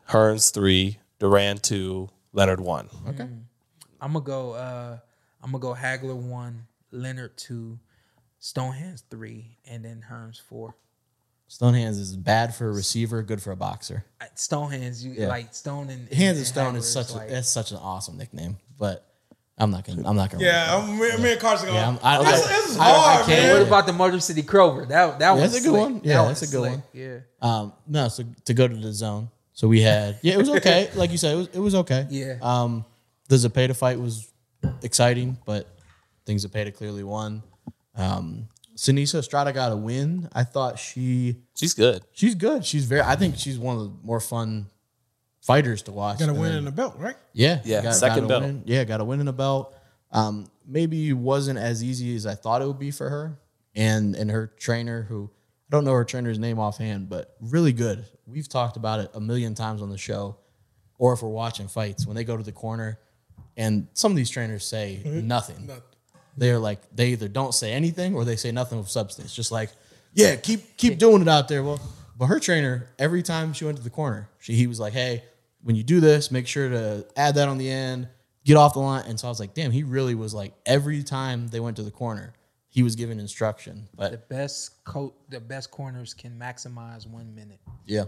Speaker 6: Hearns three, Duran two, Leonard one.
Speaker 4: I'm gonna go. Uh, I'm gonna go Hagler one, Leonard two, Stonehands three, and then Herms four.
Speaker 5: Stonehands is bad for a receiver, good for a boxer.
Speaker 4: I- Stonehands, you like Stone and
Speaker 5: Hands
Speaker 4: and
Speaker 5: of Stone
Speaker 4: Hagler
Speaker 5: is such
Speaker 4: like-
Speaker 5: a, that's such an awesome nickname, but I'm not gonna I'm not gonna
Speaker 3: Yeah, I'm, me, me and Carson going.
Speaker 5: Yeah, I'm- I-
Speaker 3: this,
Speaker 5: I-
Speaker 3: this is
Speaker 5: I- I
Speaker 3: hard,
Speaker 5: can't-
Speaker 4: What
Speaker 3: man.
Speaker 5: Yeah.
Speaker 4: about the Motor City Kroger? That that
Speaker 5: That's
Speaker 4: one's
Speaker 5: a good
Speaker 4: slick.
Speaker 5: one.
Speaker 4: That
Speaker 5: Yeah,
Speaker 4: one's
Speaker 5: that's a good
Speaker 4: slick.
Speaker 5: one.
Speaker 4: Yeah,
Speaker 5: Um, no, so to go to the zone. So we had, yeah, it was okay. like you said, it was, it was okay.
Speaker 4: Yeah.
Speaker 5: Um, the Zapata fight was exciting, but I think Zapata clearly won. Um, Sinisa Estrada got a win. I thought she
Speaker 6: She's good.
Speaker 5: she's good. She's very. I think she's one of the more fun fighters to watch.
Speaker 3: Got to
Speaker 5: And
Speaker 3: win
Speaker 5: then-
Speaker 3: in the belt, right?
Speaker 5: yeah,
Speaker 6: Yeah,
Speaker 5: got-
Speaker 6: second
Speaker 5: got a
Speaker 6: belt.
Speaker 5: win. Yeah, got a win in the belt. Um, maybe it wasn't as easy as I thought it would be for her. and and her trainer, who I don't know her trainer's name offhand, but really good. We've talked about it a million times on the show, or if we're watching fights when they go to the corner, and some of these trainers say nothing. They're like they either don't say anything or they say nothing of substance. Just like, yeah, keep keep doing it out there. Well, but her trainer, every time she went to the corner, she he was like, hey, when you do this, make sure to add that on the end, get off the line. And so I was like, damn, he really was like every time they went to the corner, he was giving instruction.
Speaker 4: The
Speaker 5: But
Speaker 4: best coat, the best corners can maximize one minute.
Speaker 5: yeah,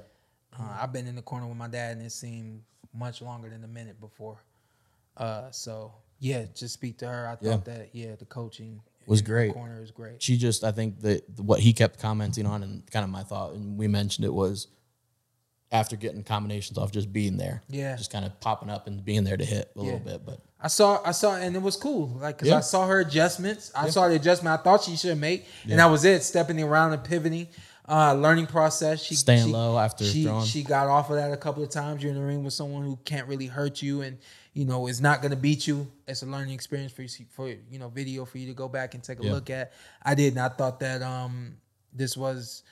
Speaker 4: Uh, I've been in the corner with my dad, and it seemed much longer than a minute before. Uh, so yeah, just speak to her. I thought that yeah, the coaching
Speaker 5: Was
Speaker 4: in the
Speaker 5: great.
Speaker 4: Corner is great.
Speaker 5: she just I think that what he kept commenting on and kind of my thought, and we mentioned it was after getting combinations off just being there.
Speaker 4: Yeah.
Speaker 5: Just kind of popping up and being there to hit a little
Speaker 4: Yeah.
Speaker 5: bit. But
Speaker 4: I saw, I saw, and it was cool. Like, cause
Speaker 5: Yeah.
Speaker 4: I saw her adjustments. I saw the adjustment I thought she should make, and that was it. Stepping around and pivoting, uh, learning process. She
Speaker 5: Staying
Speaker 4: she-
Speaker 5: low after
Speaker 4: she
Speaker 5: throwing.
Speaker 4: she got off of that a couple of times. You're in the ring with someone who can't really hurt you, and you know is not gonna beat you. It's a learning experience for you for you know video for you to go back and take a look at. I did, and I thought that um this was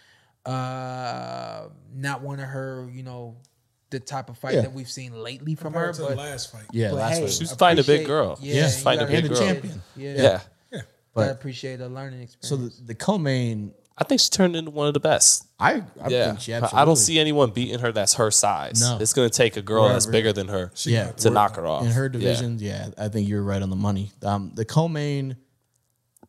Speaker 4: uh not one of her you know the type of fight
Speaker 5: Yeah.
Speaker 4: that we've seen lately from her,
Speaker 3: Compared to the
Speaker 4: but.
Speaker 3: last fight.
Speaker 5: yeah,
Speaker 4: But
Speaker 5: that's
Speaker 4: hey,
Speaker 5: what
Speaker 6: She's fighting a big
Speaker 4: appreciate-
Speaker 6: girl.
Speaker 4: Yeah,
Speaker 5: Yeah.
Speaker 4: you
Speaker 6: She's fighting a
Speaker 4: gotta
Speaker 6: big
Speaker 5: And a
Speaker 6: girl.
Speaker 5: champion.
Speaker 4: Yeah,
Speaker 6: Yeah.
Speaker 4: But I
Speaker 5: But-
Speaker 4: appreciate a learning experience.
Speaker 5: So the, the co-main,
Speaker 6: I think she turned into one of the best.
Speaker 5: I, I
Speaker 6: yeah.
Speaker 5: think she
Speaker 6: I-
Speaker 5: absolutely.
Speaker 6: I don't see anyone beating her that's her size.
Speaker 5: No.
Speaker 6: It's going to take a girl that's
Speaker 5: Wherever.
Speaker 6: bigger than her
Speaker 5: Yeah.
Speaker 6: to knock her off.
Speaker 5: in her
Speaker 6: Yeah.
Speaker 5: division. Yeah. I think you're right on the money. Um, the co-main,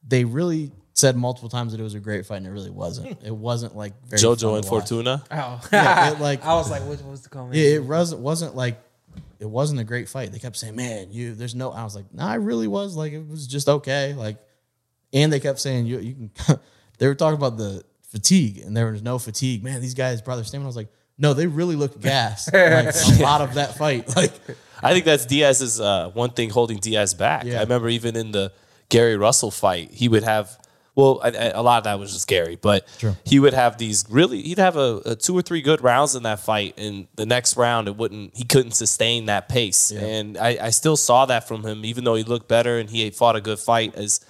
Speaker 5: they really said multiple times that it was a great fight, and it really wasn't. It wasn't like very fun
Speaker 6: JoJo
Speaker 5: to
Speaker 6: and
Speaker 5: watch.
Speaker 6: Fortuna.
Speaker 4: oh,
Speaker 5: Yeah, it, like-
Speaker 4: I was like, what was the comment?
Speaker 5: Yeah, it wasn't wasn't like it wasn't a great fight. They kept saying, "Man, you there's no." I was like, "No, nah, I really was like it was just okay." Like, and they kept saying, "You you can." they were talking about the fatigue, and there was no fatigue. Man, these guys brought their stamina. I was like, "No, they really looked gassed." like, a lot of that fight, like
Speaker 6: I think that's Diaz's uh, one thing holding Diaz back.
Speaker 5: Yeah.
Speaker 6: I remember even in the Gary Russell fight, he would have. Well, I, I- a lot of that was just Gary, but
Speaker 5: Sure.
Speaker 6: he would have these really. He'd have a, a two or three good rounds in that fight, and the next round it wouldn't. He couldn't sustain that pace, and I, I still saw that from him, even though he looked better and he fought a good fight. As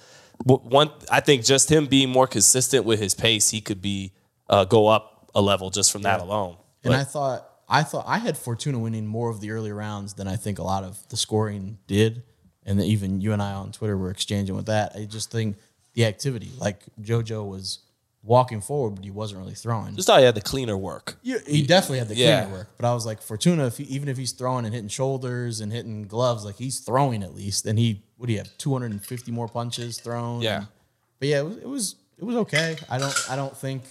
Speaker 6: w- one, I think just him being more consistent with his pace, he could be uh, go up a level just from that alone.
Speaker 5: And
Speaker 6: But-
Speaker 5: I thought I thought I had Fortuna winning more of the early rounds than I think a lot of the scoring did, and that even you and I on Twitter were exchanging with that. I just think the activity, like JoJo was walking forward, but he wasn't really throwing.
Speaker 6: just thought he had the cleaner work.
Speaker 5: Yeah, he definitely had the
Speaker 6: Yeah.
Speaker 5: cleaner work, but I was like Fortuna. If he, even if he's throwing and hitting shoulders and hitting gloves, like he's throwing at least, and he what do you have two hundred and fifty more punches thrown?
Speaker 6: Yeah.
Speaker 5: but yeah, it was, it was it was okay. I don't I don't think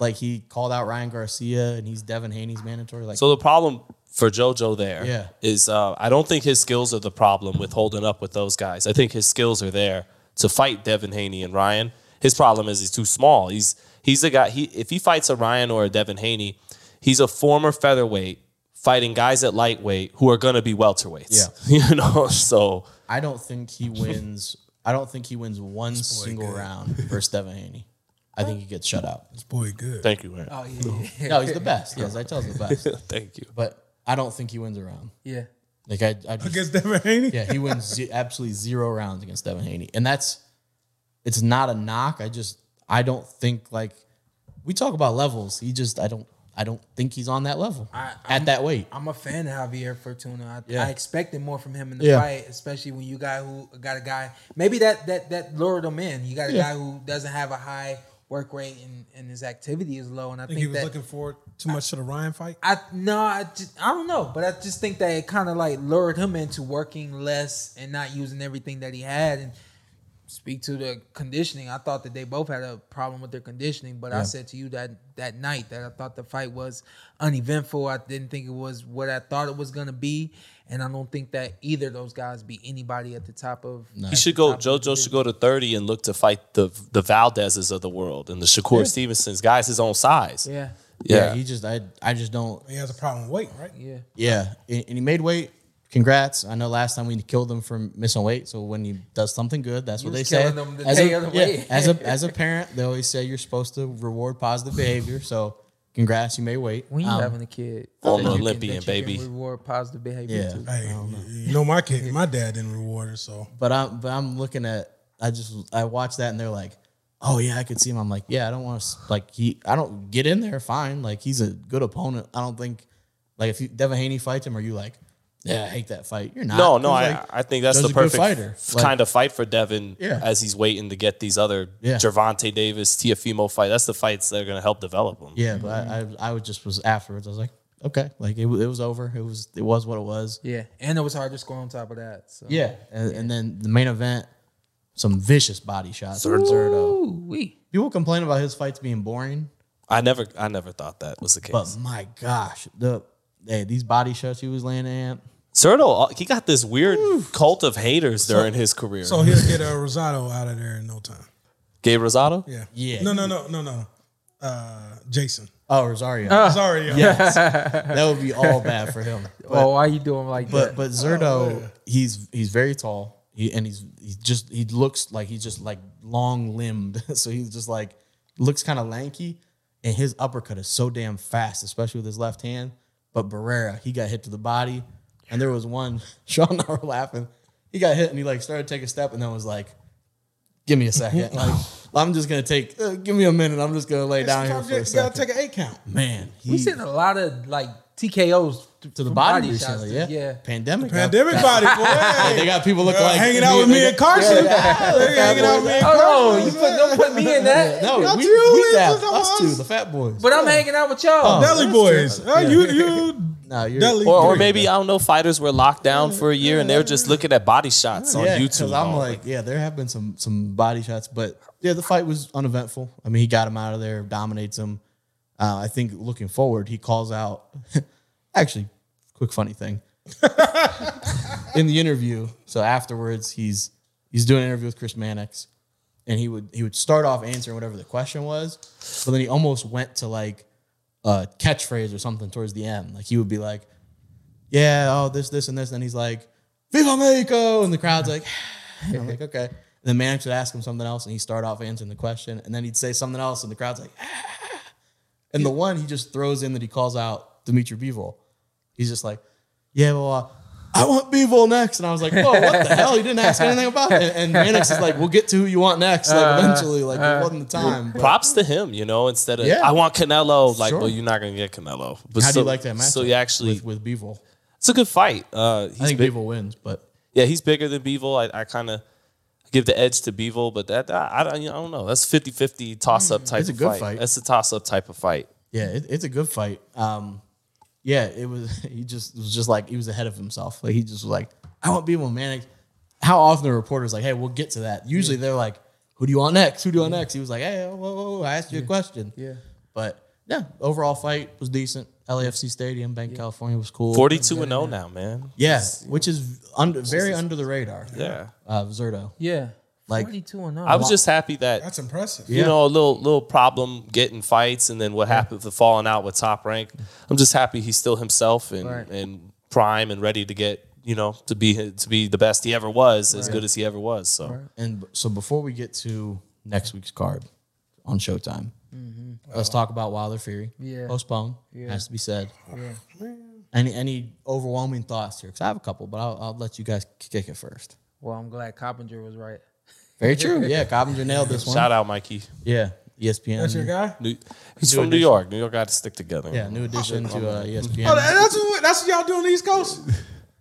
Speaker 5: like he called out Ryan Garcia and he's Devin Haney's mandatory. Like
Speaker 6: So the problem for JoJo there is
Speaker 5: Yeah.
Speaker 6: uh, I don't think his skills are the problem with holding up with those guys. I think his skills are there to fight Devin Haney and Ryan. His problem is he's too small. He's he's a guy. He if he fights a Ryan or a Devin Haney, he's a former featherweight fighting guys at lightweight who are going to be welterweights. Yeah. you know. So
Speaker 5: I don't think he wins. I don't think he wins one single
Speaker 3: good.
Speaker 5: round versus Devin Haney. I think he gets shut out.
Speaker 3: This boy good.
Speaker 6: thank you, Aaron.
Speaker 4: Oh yeah, yeah.
Speaker 5: No, he's the best. Yes, I tell the best.
Speaker 6: thank you.
Speaker 5: But I don't think he wins a round.
Speaker 4: yeah.
Speaker 5: Like I, I just,
Speaker 3: Against Devin Haney?
Speaker 5: Yeah, he wins ze- absolutely zero rounds against Devin Haney. And that's it's not a knock. I just I don't think like we talk about levels. He just I don't I don't think he's on that level at that weight.
Speaker 4: I'm a fan of Javier Fortuna. I,
Speaker 5: Yeah.
Speaker 4: I expected more from him in the
Speaker 5: Yeah.
Speaker 4: fight, especially when you got who got a guy. Maybe that that that lured him in. You got a guy who doesn't have a high work rate and, and his activity is low. And I
Speaker 3: I think he
Speaker 4: think,
Speaker 3: was
Speaker 4: that
Speaker 3: looking forward too much to the Ryan fight.
Speaker 4: I no, I just I don't know, but I just think that it kind of like lured him into working less and not using everything that he had. And speak to the conditioning, I thought that they both had a problem with their conditioning. But I said to you that that night that I thought the fight was uneventful. I didn't think it was what I thought it was gonna be, and I don't think that either of those guys beat anybody at the top of.
Speaker 6: He should
Speaker 4: uh,
Speaker 6: go. JoJo should go to thirty and look to fight the the Valdez's of the world and the Shakur Stevenson's guys his own size.
Speaker 4: Yeah,
Speaker 6: Yeah.
Speaker 5: he just I I just don't
Speaker 3: He has a problem with weight, right?
Speaker 4: yeah.
Speaker 5: Yeah, and, and he made weight. Congrats! I know last time we killed him for missing weight. So when he does something good, that's what
Speaker 4: was
Speaker 5: they say.
Speaker 4: killing them the
Speaker 5: As
Speaker 4: day
Speaker 5: a,
Speaker 4: of the
Speaker 5: yeah,
Speaker 4: weight.
Speaker 5: as a as a parent, they always say you're supposed to reward positive behavior. So congrats, you made weight.
Speaker 4: When you
Speaker 5: Um,
Speaker 4: having a kid,
Speaker 6: I'm
Speaker 4: that
Speaker 6: an
Speaker 4: you can-
Speaker 6: Olympian,
Speaker 4: that you can
Speaker 6: baby.
Speaker 4: reward positive behavior.
Speaker 5: Yeah.
Speaker 4: too.
Speaker 3: Hey, you know my kid, my dad didn't reward her, so
Speaker 5: but I'm but I'm looking at I just I watched that and they're like, oh yeah, I could see him. I'm like, yeah, I don't want to like he. I don't get in there. Fine, like he's a good opponent. I don't think like if you, Devin Haney fights him, are you like, yeah, I hate that fight? You're not.
Speaker 6: No, no,
Speaker 5: He's
Speaker 6: I,
Speaker 5: like,
Speaker 6: I think that's
Speaker 5: Joe's
Speaker 6: the
Speaker 5: a good
Speaker 6: perfect
Speaker 5: fighter.
Speaker 6: f-
Speaker 5: Like-
Speaker 6: kind of fight for Devin
Speaker 5: Yeah.
Speaker 6: as he's waiting to get these other
Speaker 5: Yeah.
Speaker 6: Gervonta Davis, Tiafimo fight. That's the fights that are going to help develop him.
Speaker 5: Yeah, but I, I, I was just was afterwards. I was like, okay, like it, wa- it was over. It was it was what it was.
Speaker 4: Yeah, and it was hard to score on top of that. So.
Speaker 5: Yeah, and, and then the main event, some vicious body shots. from Zerto.
Speaker 4: Ooh-wee.
Speaker 5: People complain about his fights being boring,
Speaker 6: I never, I never thought that was the case.
Speaker 5: but my gosh, the hey, these body shots he was laying at.
Speaker 6: Certo, uh, he got this weird cult of haters during his career.
Speaker 3: So he'll get a Rosado out of there in no time.
Speaker 6: Gabe Rosado,
Speaker 3: Yeah.
Speaker 5: Yeah.
Speaker 3: No, no, no, no, no. Uh, Jason.
Speaker 5: Oh, Rosario,
Speaker 3: Sorry, y'all.
Speaker 5: that would be all bad for him.
Speaker 4: oh, why you doing like
Speaker 5: But
Speaker 4: that?
Speaker 5: but Zerto, he's he's very tall. He and he's he's just he looks like he's just like long limbed. so he's just like looks kind of lanky, and his uppercut is so damn fast, especially with his left hand. But Barrera, he got hit to the body, and there was one Sean and I were laughing. He got hit and he like started to take a step, and then was like, "Give me a second. Like I'm just gonna take. Uh, give me a minute. I'm just gonna lay down here
Speaker 3: Sometimes
Speaker 5: for
Speaker 3: you
Speaker 5: a
Speaker 3: gotta
Speaker 5: second.
Speaker 3: take an eight count.
Speaker 5: Man, he,
Speaker 4: we seen a lot of like TKOs th-
Speaker 5: to the
Speaker 4: from
Speaker 5: body,
Speaker 4: shots
Speaker 5: recently.
Speaker 4: to-
Speaker 5: Yeah,
Speaker 4: yeah.
Speaker 5: pandemic.
Speaker 3: Pandemic body, boy.
Speaker 5: Hey, they got people look
Speaker 3: Uh,
Speaker 5: like
Speaker 3: hanging out with me
Speaker 5: they
Speaker 3: and Carson. They hanging out with me and Carson.
Speaker 4: Oh, you put don't put me in that.
Speaker 5: No,
Speaker 3: Not
Speaker 5: we,
Speaker 3: you,
Speaker 5: we
Speaker 3: it's
Speaker 5: dab,
Speaker 3: just
Speaker 5: us
Speaker 3: us.
Speaker 5: two, the fat boys.
Speaker 4: But I'm hanging out with
Speaker 5: Oh.
Speaker 4: y'all.
Speaker 3: Deli boys. Uh, You, you,
Speaker 5: no, you're
Speaker 3: Deli.
Speaker 6: or, or
Speaker 3: three.
Speaker 6: maybe I don't know. Fighters were locked down for a year, and they were just looking at body shots on
Speaker 5: yeah, 'cause
Speaker 6: YouTube.
Speaker 5: I'm like, yeah, there have been some some body shots, but yeah, the fight was uneventful. I mean, he got him out of there, dominates him. Uh, I think looking forward, he calls out. actually, quick funny thing. in the interview, so afterwards, he's he's doing an interview with Chris Mannix, and he would he would start off answering whatever the question was, but then he almost went to like a catchphrase or something towards the end. Like he would be like, "Yeah, oh this, this, and this," and he's like, "Viva Mexico!" and the crowd's like, and "I'm like, okay." And the manager would ask him something else, and he'd start off answering the question, and then he'd say something else, and the crowd's like, "Ah." and the one he just throws in that he calls out Dimitri Bivol. He's just like, yeah, well, uh, I want Bivol next. And I was like, whoa, what the hell? He didn't ask anything about it. And, and Mannix is like, we'll get to who you want next. Like,
Speaker 6: Uh,
Speaker 5: eventually, like, it wasn't the time. but-
Speaker 6: Props to him, you know. Instead of
Speaker 5: Yeah.
Speaker 6: I want Canelo, like,
Speaker 5: Sure.
Speaker 6: well, you're not gonna get Canelo. But
Speaker 5: How do
Speaker 6: so,
Speaker 5: you like that match?
Speaker 6: So you actually,
Speaker 5: with, with Bivol.
Speaker 6: it's a good fight. Uh, he's
Speaker 5: I think
Speaker 6: big-
Speaker 5: Bivol wins, but
Speaker 6: yeah, he's bigger than Beevil. I, I kind of give the edge to Beevil, but that I, I, don't- I don't know. That's 50-50 toss up type.
Speaker 5: Mm, It's a
Speaker 6: of
Speaker 5: good fight.
Speaker 6: That's a toss up type of fight.
Speaker 5: yeah, it, it's a good fight. Um, yeah, it was. He just it was just like he was ahead of himself. Like he just was like, I want Bivol Mannix. How often are reporters like, hey, we'll get to that? Usually they're like, who do you want next? Who do you want next? He was like, hey, whoa, whoa, whoa, I asked you a question.
Speaker 4: Yeah.
Speaker 5: But yeah, overall fight was decent. LAFC Stadium, Bank California was cool.
Speaker 6: Forty two and zero now, man.
Speaker 5: Yeah, which is under, very under the radar.
Speaker 6: Yeah,
Speaker 5: Uh, Zerto.
Speaker 4: Yeah.
Speaker 5: Like-
Speaker 4: 42 and oh. 0.
Speaker 6: I was just happy that
Speaker 3: That's impressive.
Speaker 6: you know a little little problem getting fights, and then what happened with the falling out with top rank. I'm just happy he's still himself and
Speaker 4: Right.
Speaker 6: and prime and ready to get you know to be to be the best he ever was, as good as he ever was. So
Speaker 5: And b- so before we get to next week's card on Showtime,
Speaker 3: Mm-hmm.
Speaker 5: let's talk about Wilder Fury.
Speaker 4: Yeah.
Speaker 5: Postpone. Has to be said. Any any overwhelming thoughts here? Because I have a couple, but I'll, I'll let you guys kick it first.
Speaker 4: Well, I'm glad Coppinger was right.
Speaker 5: Very true. Yeah, Coppinger nailed this one.
Speaker 6: shout out Mikey.
Speaker 5: Yeah, E ESPN.
Speaker 3: That's your guy.
Speaker 6: New, he's from New York. New York got to stick together.
Speaker 5: Yeah, new addition to uh, ESPN.
Speaker 3: Oh, that- that's what, that's what y'all do on the East Coast.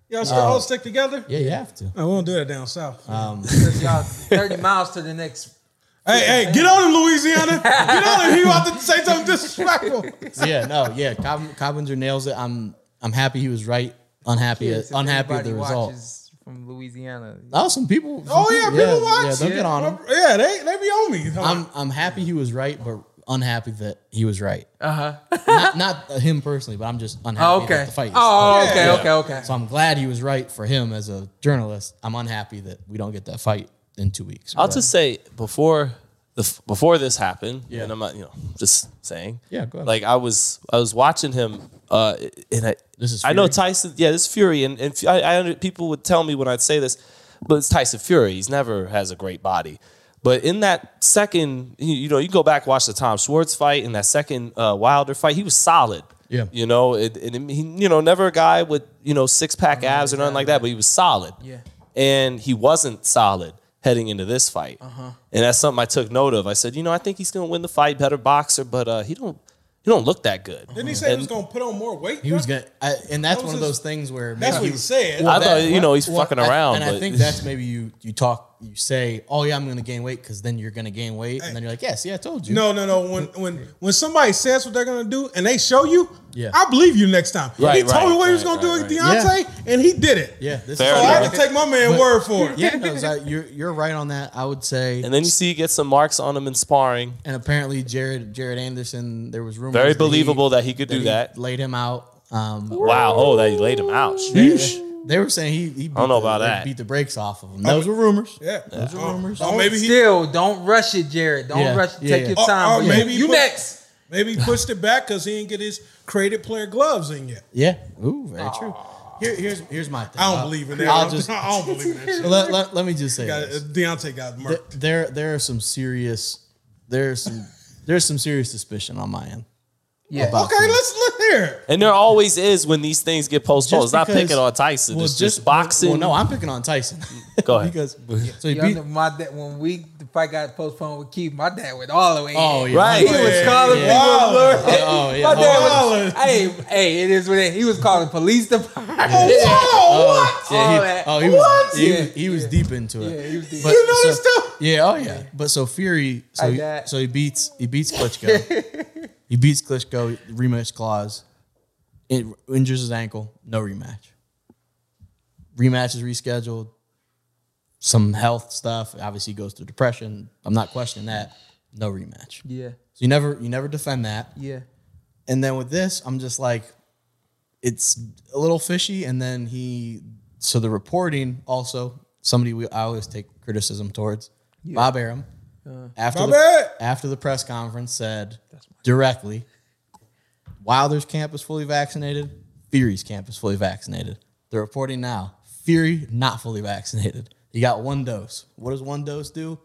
Speaker 3: Y'all
Speaker 5: Uh,
Speaker 3: still all stick together. Uh,
Speaker 5: yeah, you have to.
Speaker 3: No, we don't do that down south.
Speaker 4: Because y'all 30 miles to the next.
Speaker 3: hey, hey, get on him, Louisiana. Get on him. He about to say something disrespectful.
Speaker 5: yeah, no, yeah. Cobb, Cobbinger nails it. I'm I'm happy he was right. Unhappy,
Speaker 4: Since
Speaker 5: unhappy at
Speaker 4: everybody
Speaker 5: the result.
Speaker 4: watches From Louisiana.
Speaker 5: Oh, some people. some
Speaker 3: Oh, yeah, people watch.
Speaker 5: Yeah, don't get on him.
Speaker 3: Yeah, they, they be on me.
Speaker 5: I'm I'm happy he was right, but unhappy that he was right. Uh huh. not, not him personally, but I'm just unhappy
Speaker 4: Uh-huh. Oh, okay.
Speaker 5: that the fight. is-
Speaker 4: Oh, okay,
Speaker 3: Yeah.
Speaker 4: okay, okay.
Speaker 5: So I'm glad he was right for him as a journalist. I'm unhappy that we don't get that fight in two weeks.
Speaker 6: I'll
Speaker 5: But-
Speaker 6: just say before the before this happened,
Speaker 5: Yeah.
Speaker 6: and I'm not, you know, just saying.
Speaker 5: Yeah, go ahead.
Speaker 6: Like I was, I was watching him, uh, and I.
Speaker 5: This is
Speaker 6: I know
Speaker 5: Fury?
Speaker 6: Tyson. Yeah, this is Fury, and and Fu- I, I under- people would tell me when I'd say this, but it's Tyson Fury. He's never has a great body. But in that second, you, you know, you go back watch the Tom Schwartz fight and that second uh, Wilder fight, he was solid.
Speaker 5: Yeah.
Speaker 6: you know, it, and it- he, you know, never a guy with you know six pack abs or nothing like that, but he was solid.
Speaker 4: Yeah.
Speaker 6: and he wasn't solid. heading into this fight.
Speaker 5: Uh-huh.
Speaker 6: And that's something I took note of. I said, you know, I think he's going to win the fight, better boxer, but uh, he don't he don't look that good.
Speaker 3: Didn't he say he was gonna put on more weight?
Speaker 5: He was
Speaker 3: bruh?
Speaker 5: gonna, I, and that's
Speaker 3: That was
Speaker 5: one of
Speaker 3: his-
Speaker 5: those things where
Speaker 3: That's
Speaker 5: maybe
Speaker 3: what he said.
Speaker 6: I thought, you know, he's fucking
Speaker 5: I-
Speaker 6: around,
Speaker 5: and I
Speaker 6: but-
Speaker 5: think that's maybe you you talk, you say, "Oh yeah, I'm going to gain weight," because then you're going to gain weight, and then you're like, "Yes, yeah, I told you."
Speaker 3: No, no, no. When when when somebody says what they're gonna do and they show you,
Speaker 5: Yeah.
Speaker 3: I believe you next time.
Speaker 6: Right,
Speaker 3: he told
Speaker 6: right,
Speaker 3: me what he was
Speaker 6: right,
Speaker 3: gonna do
Speaker 6: right,
Speaker 3: with Deontay, and he did it.
Speaker 5: yeah, this
Speaker 6: Fair
Speaker 5: is
Speaker 3: So I
Speaker 6: enough.
Speaker 3: have to take my man
Speaker 5: But-
Speaker 3: word for it.
Speaker 5: yeah, no, so you're you're right on that. I would say,
Speaker 6: And then you see he gets some marks on him in sparring.
Speaker 5: and apparently Jared Jared Anderson, there was rumors
Speaker 6: Very
Speaker 5: that he-
Speaker 6: believable that he could do that.
Speaker 5: Laid him out. Um,
Speaker 6: Wow. Oh, they laid him out.
Speaker 5: they, they were saying he, he beat
Speaker 6: know
Speaker 5: the,
Speaker 6: about
Speaker 5: they
Speaker 6: that.
Speaker 5: beat the brakes off of him. Those were rumors.
Speaker 3: Yeah.
Speaker 5: Those were
Speaker 3: Oh,
Speaker 5: rumors.
Speaker 3: oh, maybe he
Speaker 4: Still, don't rush it, Jared. Don't
Speaker 5: Yeah,
Speaker 4: rush it.
Speaker 5: yeah, Oh,
Speaker 4: Take
Speaker 5: yeah.
Speaker 4: your
Speaker 5: Or-
Speaker 4: time.
Speaker 3: or
Speaker 4: with it.
Speaker 3: maybe
Speaker 4: you
Speaker 3: put-
Speaker 4: next.
Speaker 3: maybe he pushed it back because he didn't get his created player gloves in yet.
Speaker 5: Yeah. Ooh, very true. Here, here's here's my thing.
Speaker 3: I don't
Speaker 5: I'll-
Speaker 3: believe in that.
Speaker 5: I'll just
Speaker 3: I don't believe in that shit.
Speaker 5: let, let, let me just say
Speaker 3: Got- uh,
Speaker 5: this.
Speaker 3: Deontay got murked.
Speaker 5: Th- there there are some serious there's some there's some serious suspicion on my end.
Speaker 4: Yeah.
Speaker 5: about
Speaker 3: okay,
Speaker 5: this.
Speaker 3: let's look here.
Speaker 6: And there always is when these things get postponed.
Speaker 5: Just
Speaker 6: it's not
Speaker 5: because-
Speaker 6: picking on Tyson.
Speaker 5: well,
Speaker 6: it's just, boxing.
Speaker 5: Well, no, I'm picking on Tyson.
Speaker 6: Go ahead.
Speaker 5: because so he
Speaker 4: Y'all
Speaker 5: beat.
Speaker 4: know my dad, when we the fight got postponed with Keith, my dad went all the way.
Speaker 5: Oh
Speaker 4: in.
Speaker 5: yeah,
Speaker 6: Right.
Speaker 5: right.
Speaker 4: He was
Speaker 3: Yeah,
Speaker 4: calling
Speaker 5: yeah.
Speaker 4: people. blur-
Speaker 5: Oh yeah.
Speaker 4: My dad
Speaker 5: Oh,
Speaker 4: was- hey, hey, it is what it. He was calling police department.
Speaker 5: oh,
Speaker 4: All
Speaker 5: yeah, he,
Speaker 4: that.
Speaker 5: oh, he was
Speaker 4: What?
Speaker 5: he,
Speaker 4: Yeah,
Speaker 5: he was deep into it.
Speaker 4: Yeah, he was deep.
Speaker 5: But
Speaker 4: You
Speaker 5: so-
Speaker 3: Notice though,
Speaker 5: Yeah, oh yeah. But so Fury, so
Speaker 4: I
Speaker 5: he,
Speaker 4: got-
Speaker 5: so he beats he beats Klitschko. he beats Klitschko rematch clause. It injures his ankle. No rematch. Rematch is rescheduled. Some health stuff. Obviously, he goes through depression. I'm not questioning that. No rematch.
Speaker 4: Yeah,
Speaker 5: So you never you never defend that.
Speaker 4: yeah.
Speaker 5: And then with this, I'm just like, it's a little fishy. And then he, so the reporting also somebody we I always take criticism towards Bob Arum after
Speaker 3: Bob Arum!
Speaker 5: the, after the press conference said directly, Wilder's camp is fully vaccinated, Fury's camp is fully vaccinated. They're reporting now, Fury not fully vaccinated. He got one dose. What does one dose do?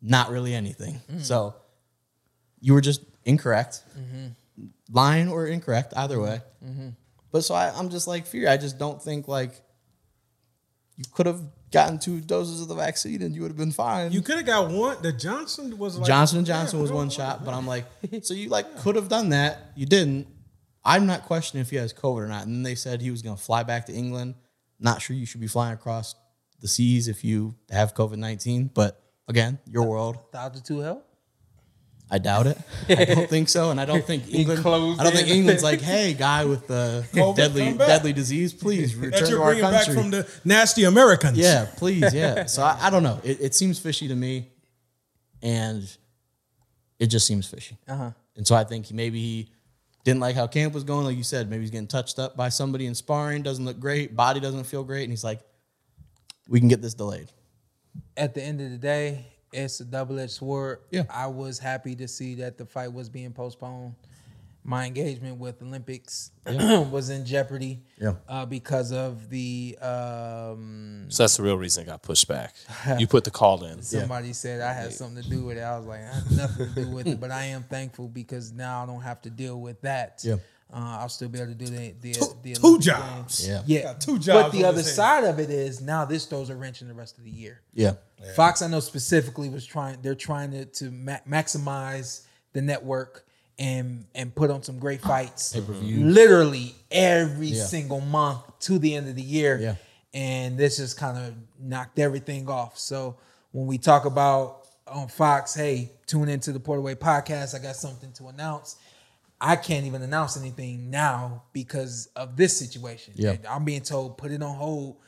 Speaker 5: Not really anything. So you were just incorrect
Speaker 3: Mm-hmm.
Speaker 5: lying or incorrect, either way. But so I, I'm just like fear. I just don't think like you could have gotten two doses of the vaccine and you would have been fine.
Speaker 3: you could have got one. The Johnson was like
Speaker 5: Johnson and Johnson
Speaker 3: Yeah,
Speaker 5: was
Speaker 3: I
Speaker 5: one
Speaker 3: don't-
Speaker 5: shot, but I'm like, so you like could have done that. You didn't. I'm not questioning if he has COVID or not. And then they said he was going to fly back to England. Not sure you should be flying across the seas if you have COVID 19. But again,
Speaker 3: Uh,
Speaker 5: your world.
Speaker 4: The altitude help.
Speaker 5: I doubt it. I don't think so, and I don't think England.
Speaker 4: closed
Speaker 5: I don't think
Speaker 4: in.
Speaker 5: England's like, hey, guy with the
Speaker 3: Covid,
Speaker 5: deadly
Speaker 3: come back."
Speaker 5: deadly disease, please return
Speaker 3: That
Speaker 5: to
Speaker 3: you're
Speaker 5: our
Speaker 3: bringing back
Speaker 5: country.
Speaker 3: from the nasty Americans.
Speaker 5: yeah, please, yeah. So I, I don't know. It, it seems fishy to me, and it just seems fishy. Uh-huh. And so I think maybe he didn't like how camp was going. Like you said, maybe he's getting touched up by somebody in sparring. Doesn't look great. Body doesn't feel great, and he's like, we can get this delayed.
Speaker 4: At the end of the day, it's a double edged sword.
Speaker 5: Yeah.
Speaker 4: I was happy to see that the fight was being postponed. My engagement with Olympics was in jeopardy.
Speaker 5: Yeah.
Speaker 4: Uh, because of the um,
Speaker 6: so that's the real reason it got pushed back. You put the call in.
Speaker 4: somebody said I had something to do with it. I was like, I had nothing to do with it, but I am thankful because now I don't have to deal with that.
Speaker 5: Yeah.
Speaker 4: Uh, I'll still be able to do the the, the
Speaker 3: Two
Speaker 4: Olympic
Speaker 3: jobs.
Speaker 5: Yeah,
Speaker 4: Yeah,
Speaker 3: Got two
Speaker 4: But
Speaker 3: jobs
Speaker 4: the
Speaker 3: on
Speaker 4: other
Speaker 3: his hands.
Speaker 4: side of it is now this throws a wrench in the rest of the year.
Speaker 5: yeah.
Speaker 4: Fox, I know specifically was trying. They're trying to to ma- maximize the network and and put on some great fights. Literally every single month to the end of the year.
Speaker 5: Yeah.
Speaker 4: And this just kind of knocked everything off. So when we talk about on Fox, hey, tune into the Portaway podcast. I got something to announce. I can't even announce anything now because of this situation.
Speaker 5: Yeah.
Speaker 4: And I'm being told put it on hold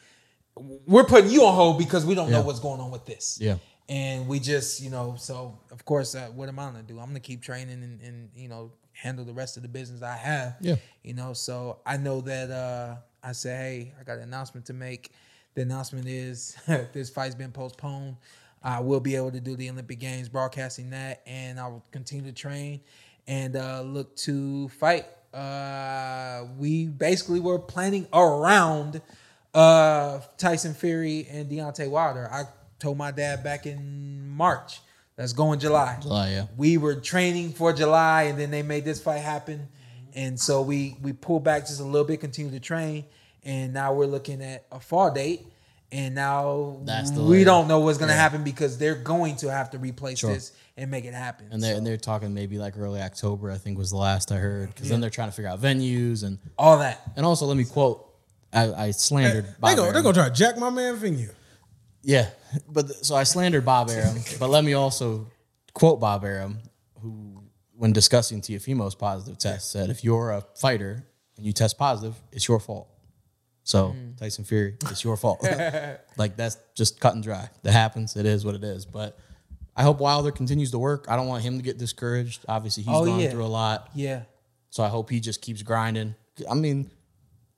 Speaker 4: we're putting you on hold because we don't know
Speaker 5: Yeah.
Speaker 4: what's going on with this.
Speaker 5: Yeah.
Speaker 4: And we just, you know, so of course, uh, what am I gonna do? I'm gonna keep training and, and you know handle the rest of the business I have.
Speaker 5: Yeah.
Speaker 4: You know, so I know that uh, I say, hey, I got an announcement to make. The announcement is this fight's been postponed. I will be able to do the Olympic Games broadcasting that, and I will continue to train and uh, look to fight. Uh, we basically were planning around uh Tyson Fury and Deontay Wilder. I told my dad back in March, let's go in July.
Speaker 5: July, yeah.
Speaker 4: We were training for July and then they made this fight happen. And so we we pulled back just a little bit, continue to train, and now we're looking at a fall date. and now
Speaker 5: That's the
Speaker 4: we
Speaker 5: layer.
Speaker 4: don't know what's going to happen because they're going to have to replace this and make it happen.
Speaker 5: And they're, and they're talking maybe like early October, I think was the last I heard. Because then they're trying to figure out venues and
Speaker 4: all that.
Speaker 5: and also let me quote, I, I slandered
Speaker 3: They
Speaker 5: Bob.
Speaker 3: go, they're
Speaker 5: Arum.
Speaker 3: gonna try to jack my man venue.
Speaker 5: Yeah, but th- so I slandered Bob Arum, but let me also quote Bob Arum, who, when discussing Tiafimo's positive test, said, "If you're a fighter and you test positive, it's your fault." So
Speaker 4: Hmm.
Speaker 5: Tyson Fury, it's your fault. like that's just cut and dry. That happens. It is what it is. But I hope Wilder continues to work. I don't want him to get discouraged. Obviously, he's
Speaker 4: Oh,
Speaker 5: gone
Speaker 4: yeah.
Speaker 5: through a lot.
Speaker 4: Yeah.
Speaker 5: So I hope he just keeps grinding. I mean,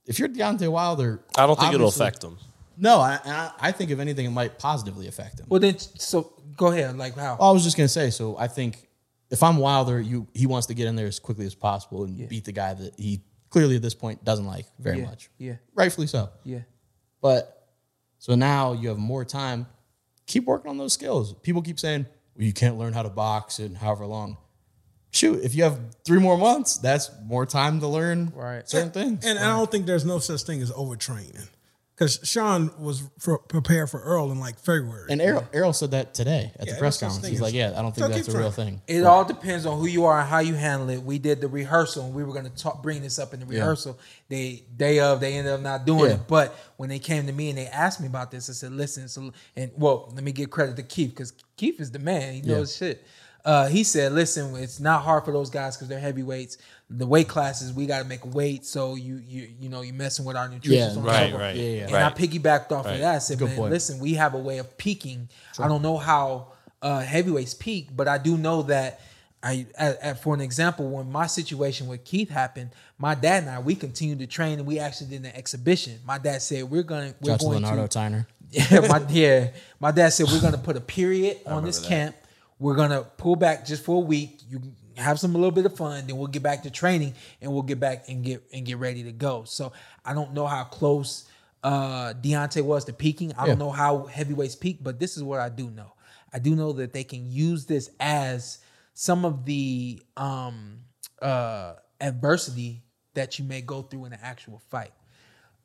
Speaker 5: if you're Deontay Wilder,
Speaker 6: I don't think it'll
Speaker 5: obviously-
Speaker 6: affect them.
Speaker 5: No, I, and I, I think if anything, it might positively affect him.
Speaker 4: Well, then, so go ahead. Like how?
Speaker 5: I was just gonna say. So I think if I'm Wilder, you he wants to get in there as quickly as possible and beat the guy that he clearly at this point doesn't like very
Speaker 4: yeah.
Speaker 5: much.
Speaker 4: Yeah.
Speaker 5: Rightfully so.
Speaker 4: Yeah.
Speaker 5: But so now you have more time. Keep working on those skills. People keep saying well, you can't learn how to box in however long. Shoot, if you have three more months, that's more time to learn
Speaker 4: Right.
Speaker 5: certain things.
Speaker 3: And I don't think there's no such thing as overtraining, because Sean was for, prepared for Earl in like February.
Speaker 5: And Errol, Errol said that today at
Speaker 3: Yeah,
Speaker 5: the press
Speaker 3: that's what I was
Speaker 5: conference. He's
Speaker 3: thinking.
Speaker 5: like, "Yeah, I don't think
Speaker 3: So
Speaker 5: that's
Speaker 3: keep
Speaker 5: a real
Speaker 3: trying.
Speaker 5: thing."
Speaker 4: It all depends on who you are and how you handle it. We did the rehearsal and we were going to talk, bring this up in the rehearsal. They day of they ended up not doing
Speaker 5: Yeah.
Speaker 4: it, but when they came to me and they asked me about this, I said, "Listen, so and well, let me give credit to Keith because Keith is the man. He knows shit." Uh, he said, "Listen, it's not hard for those guys because they're heavyweights. The weight classes we got to make weight, so you you you know you're messing with our nutrition. so on and so
Speaker 6: Right,
Speaker 4: forth."
Speaker 6: right.
Speaker 5: Yeah, yeah.
Speaker 4: And I piggybacked off of
Speaker 6: Right.
Speaker 4: that. I said,
Speaker 5: Good
Speaker 4: man,
Speaker 5: point.
Speaker 4: listen, we have a way of peaking. I don't know how uh, heavyweights peak, but I do know that. I, at, at- for an example, when my situation with Keith happened, my dad and I we continued to train, and we actually did an exhibition. My dad said we're gonna we're
Speaker 5: Shout out to
Speaker 4: going
Speaker 5: Leonardo
Speaker 4: to
Speaker 5: Tyner.
Speaker 4: yeah, my yeah. My dad said we're gonna put a period on this
Speaker 6: that.
Speaker 4: camp. We're gonna pull back just for a week. You can have some a little bit of fun, then we'll get back to training and we'll get back and get and get ready to go. So I don't know how close uh Deontay was to peaking. I don't know how heavyweights peak, but this is what I do know. I do know that they can use this as some of the um uh adversity that you may go through in an actual fight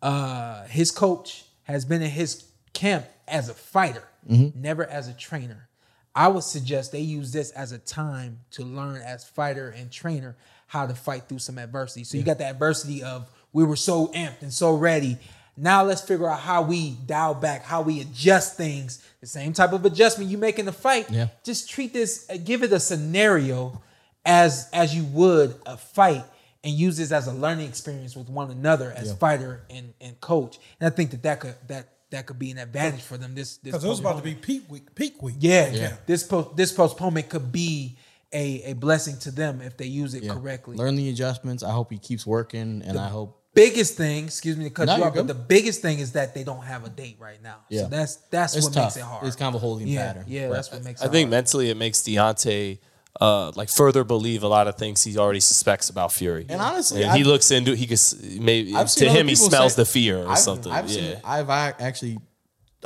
Speaker 4: uh, his coach has been in his camp as a fighter, never as a trainer. I would suggest they use this as a time to learn as fighter and trainer how to fight through some adversity. So you got the adversity of we were so amped and so ready. Now let's figure out how we dial back, how we adjust things. The same type of adjustment you make in the fight.
Speaker 5: Yeah.
Speaker 4: Just treat this, uh, give it a scenario as as you would a fight and use this as a learning experience with one another as fighter and, and coach. And I think that that could that that could be an advantage for them. This this
Speaker 3: Because it was about to be peak week. Peak week.
Speaker 4: yeah, This post this postponement could be a a blessing to them if they use it correctly.
Speaker 5: Learn the adjustments. I hope he keeps working, and I hope
Speaker 4: biggest thing, excuse me to cut
Speaker 5: No,
Speaker 4: you
Speaker 5: you're
Speaker 4: off, but
Speaker 5: good.
Speaker 4: the biggest thing is that they don't have a date right now.
Speaker 5: Yeah.
Speaker 4: So that's that's
Speaker 5: it's
Speaker 4: what
Speaker 5: tough.
Speaker 4: makes it hard.
Speaker 5: It's kind of a holding
Speaker 4: yeah,
Speaker 5: pattern.
Speaker 4: yeah,
Speaker 5: But
Speaker 4: that's what makes.
Speaker 6: I
Speaker 4: it
Speaker 6: think
Speaker 4: hard.
Speaker 6: mentally it makes Deontay uh, like further believe a lot of things he already suspects about Fury.
Speaker 5: And honestly,
Speaker 6: And he
Speaker 5: I've-
Speaker 6: looks into he could s- maybe
Speaker 5: I've seen
Speaker 6: to
Speaker 5: other
Speaker 6: him he
Speaker 5: people
Speaker 6: smells
Speaker 5: say-
Speaker 6: the fear or
Speaker 5: I've,
Speaker 6: something.
Speaker 5: I've
Speaker 6: yeah.
Speaker 5: seen. I've I actually.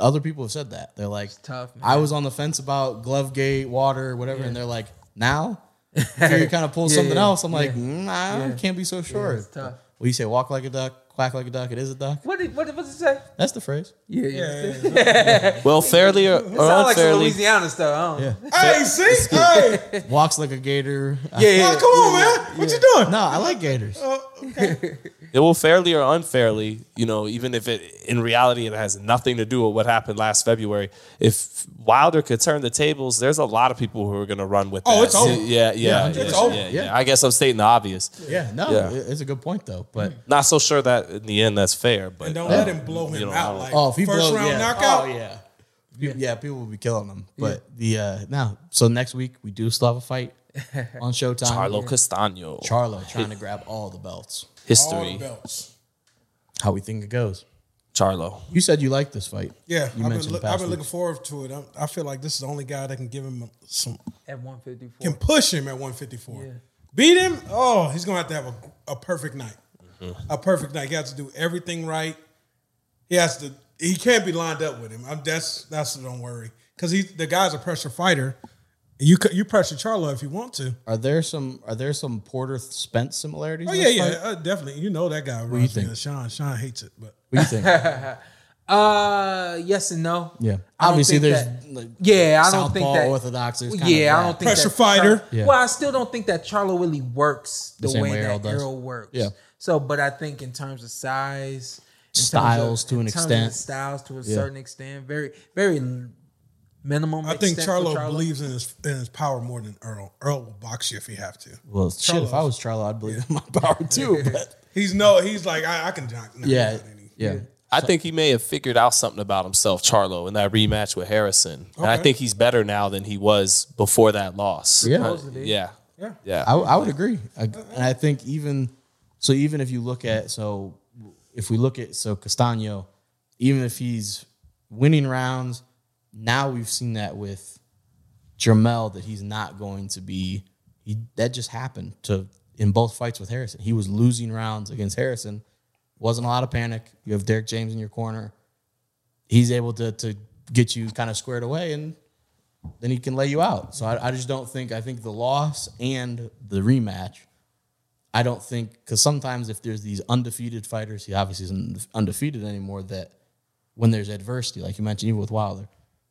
Speaker 5: Other people have said that they're like,
Speaker 4: tough, man.
Speaker 5: I was on the fence about glove gate, water, whatever, and they're like, now you kind of pull something
Speaker 4: yeah,
Speaker 5: else. I'm like, mm, I can't be so sure.
Speaker 4: it's tough.
Speaker 5: Well, you say walk like a duck, quack like a duck. It is a duck.
Speaker 4: What did what did what did it say?
Speaker 5: That's the phrase.
Speaker 4: Yeah, yeah. It
Speaker 6: Well, fairly or, or
Speaker 4: sounds like some
Speaker 6: unfairly,
Speaker 4: Louisiana stuff. I don't
Speaker 3: Hey, see, hey,
Speaker 5: Walks like a gator.
Speaker 4: yeah, Oh. yeah,
Speaker 3: oh,
Speaker 4: yeah.
Speaker 3: come on, man, what you doing?
Speaker 5: no, I like gators.
Speaker 6: it will fairly or unfairly, you know, even if it in reality it has nothing to do with what happened last February. If Wilder could turn the tables, there's a lot of people who are going to run with.
Speaker 3: Oh,
Speaker 6: that.
Speaker 3: it's over.
Speaker 6: Yeah, yeah, yeah,
Speaker 3: it's
Speaker 6: yeah,
Speaker 3: over.
Speaker 6: yeah,
Speaker 5: Yeah.
Speaker 6: I guess I'm stating the obvious.
Speaker 5: Yeah, no,
Speaker 6: Yeah.
Speaker 5: it- it's a good point though.
Speaker 4: Hmm.
Speaker 5: But
Speaker 6: Not so sure that in the end that's fair, but
Speaker 3: And don't
Speaker 6: uh,
Speaker 3: let him blow him
Speaker 6: you know, I
Speaker 3: out
Speaker 6: don't-
Speaker 3: like
Speaker 5: Oh, if he
Speaker 3: first
Speaker 5: blows,
Speaker 3: round
Speaker 5: yeah.
Speaker 3: knockout.
Speaker 5: Oh, yeah. Pe- yeah, people will be killing them. But the uh now, so next week we do still have a fight on Showtime.
Speaker 6: Carlo Castaño.
Speaker 5: Charlo trying to grab all the belts.
Speaker 3: All the
Speaker 6: history.
Speaker 3: belts.
Speaker 5: How we think it goes.
Speaker 6: Charlo.
Speaker 5: You said you liked this fight.
Speaker 3: Yeah,
Speaker 5: you
Speaker 3: I've been,
Speaker 5: mentioned
Speaker 3: look,
Speaker 5: the past
Speaker 3: I've been looking
Speaker 5: weeks.
Speaker 3: forward to it. I'm, I feel like this is the only guy that can give him some,
Speaker 4: At one fifty
Speaker 3: can
Speaker 4: four.
Speaker 3: push him at 154. Beat him. Oh, he's gonna have to have a, a perfect night. A perfect night. He has to do everything right. He has to. He can't be lined up with him. I'm, that's that's don't worry because he the guy's a pressure fighter. And you c- you pressure Charlo if you want to.
Speaker 5: Are there some are there some Porter Spence similarities?
Speaker 3: Oh
Speaker 5: in
Speaker 3: yeah,
Speaker 5: this
Speaker 3: yeah,
Speaker 5: fight?
Speaker 3: uh, definitely. You know that guy reminds me
Speaker 5: think?
Speaker 3: of Sean. Sean hates it, but
Speaker 5: What do you think?
Speaker 4: Uh, yes and no.
Speaker 5: Yeah.
Speaker 4: I don't
Speaker 5: Obviously,
Speaker 4: think
Speaker 5: there's
Speaker 4: that-
Speaker 5: like,
Speaker 4: yeah, I don't
Speaker 5: Southpaw
Speaker 4: think that
Speaker 5: Orthodox is kinda
Speaker 4: yeah, I
Speaker 5: like
Speaker 4: don't think
Speaker 3: Pressure
Speaker 4: that
Speaker 3: fighter.
Speaker 4: Char-
Speaker 5: Yeah.
Speaker 4: Well, I still don't think that Charlo really works the,
Speaker 5: The same
Speaker 4: way,
Speaker 5: way Errol
Speaker 4: that
Speaker 5: does.
Speaker 4: Errol works.
Speaker 5: Yeah.
Speaker 4: So, but I think in terms of size, in terms
Speaker 5: Styles
Speaker 4: of-
Speaker 5: to
Speaker 4: in
Speaker 5: an
Speaker 4: terms of
Speaker 5: extent.
Speaker 4: styles to a
Speaker 5: Yeah.
Speaker 4: certain extent, very very minimum.
Speaker 3: I think
Speaker 4: extent for
Speaker 3: Charlo, believes in his in his power more than Earl. Earl will box you if he have to.
Speaker 5: Well, shit, if I was Charlo, I'd believe in my power too. But
Speaker 3: He's no, he's like I, I can knock. knock
Speaker 5: yeah,
Speaker 3: out any-
Speaker 5: yeah.
Speaker 6: I think he may have figured out something about himself, Charlo, in that rematch with Harrison. And I
Speaker 3: Okay.
Speaker 6: think he's better now than he was before that loss.
Speaker 5: Yeah.
Speaker 4: Supposedly.
Speaker 6: Yeah. Yeah.
Speaker 5: I, I would agree. I, and I think even so, even if you look at so, if we look at so Castaño, even if he's winning rounds, now we've seen that with Jermel that he's not going to be. He that just happened to in both fights with Harrison. He was losing rounds against Harrison. Wasn't a lot of panic. You have Derek James in your corner. He's able to to get you kind of squared away and then he can lay you out. So I, I just don't think. I think the loss and the rematch. I don't think because sometimes if there's these undefeated fighters, he obviously isn't undefeated anymore. That when there's adversity, like you mentioned, even with Wilder,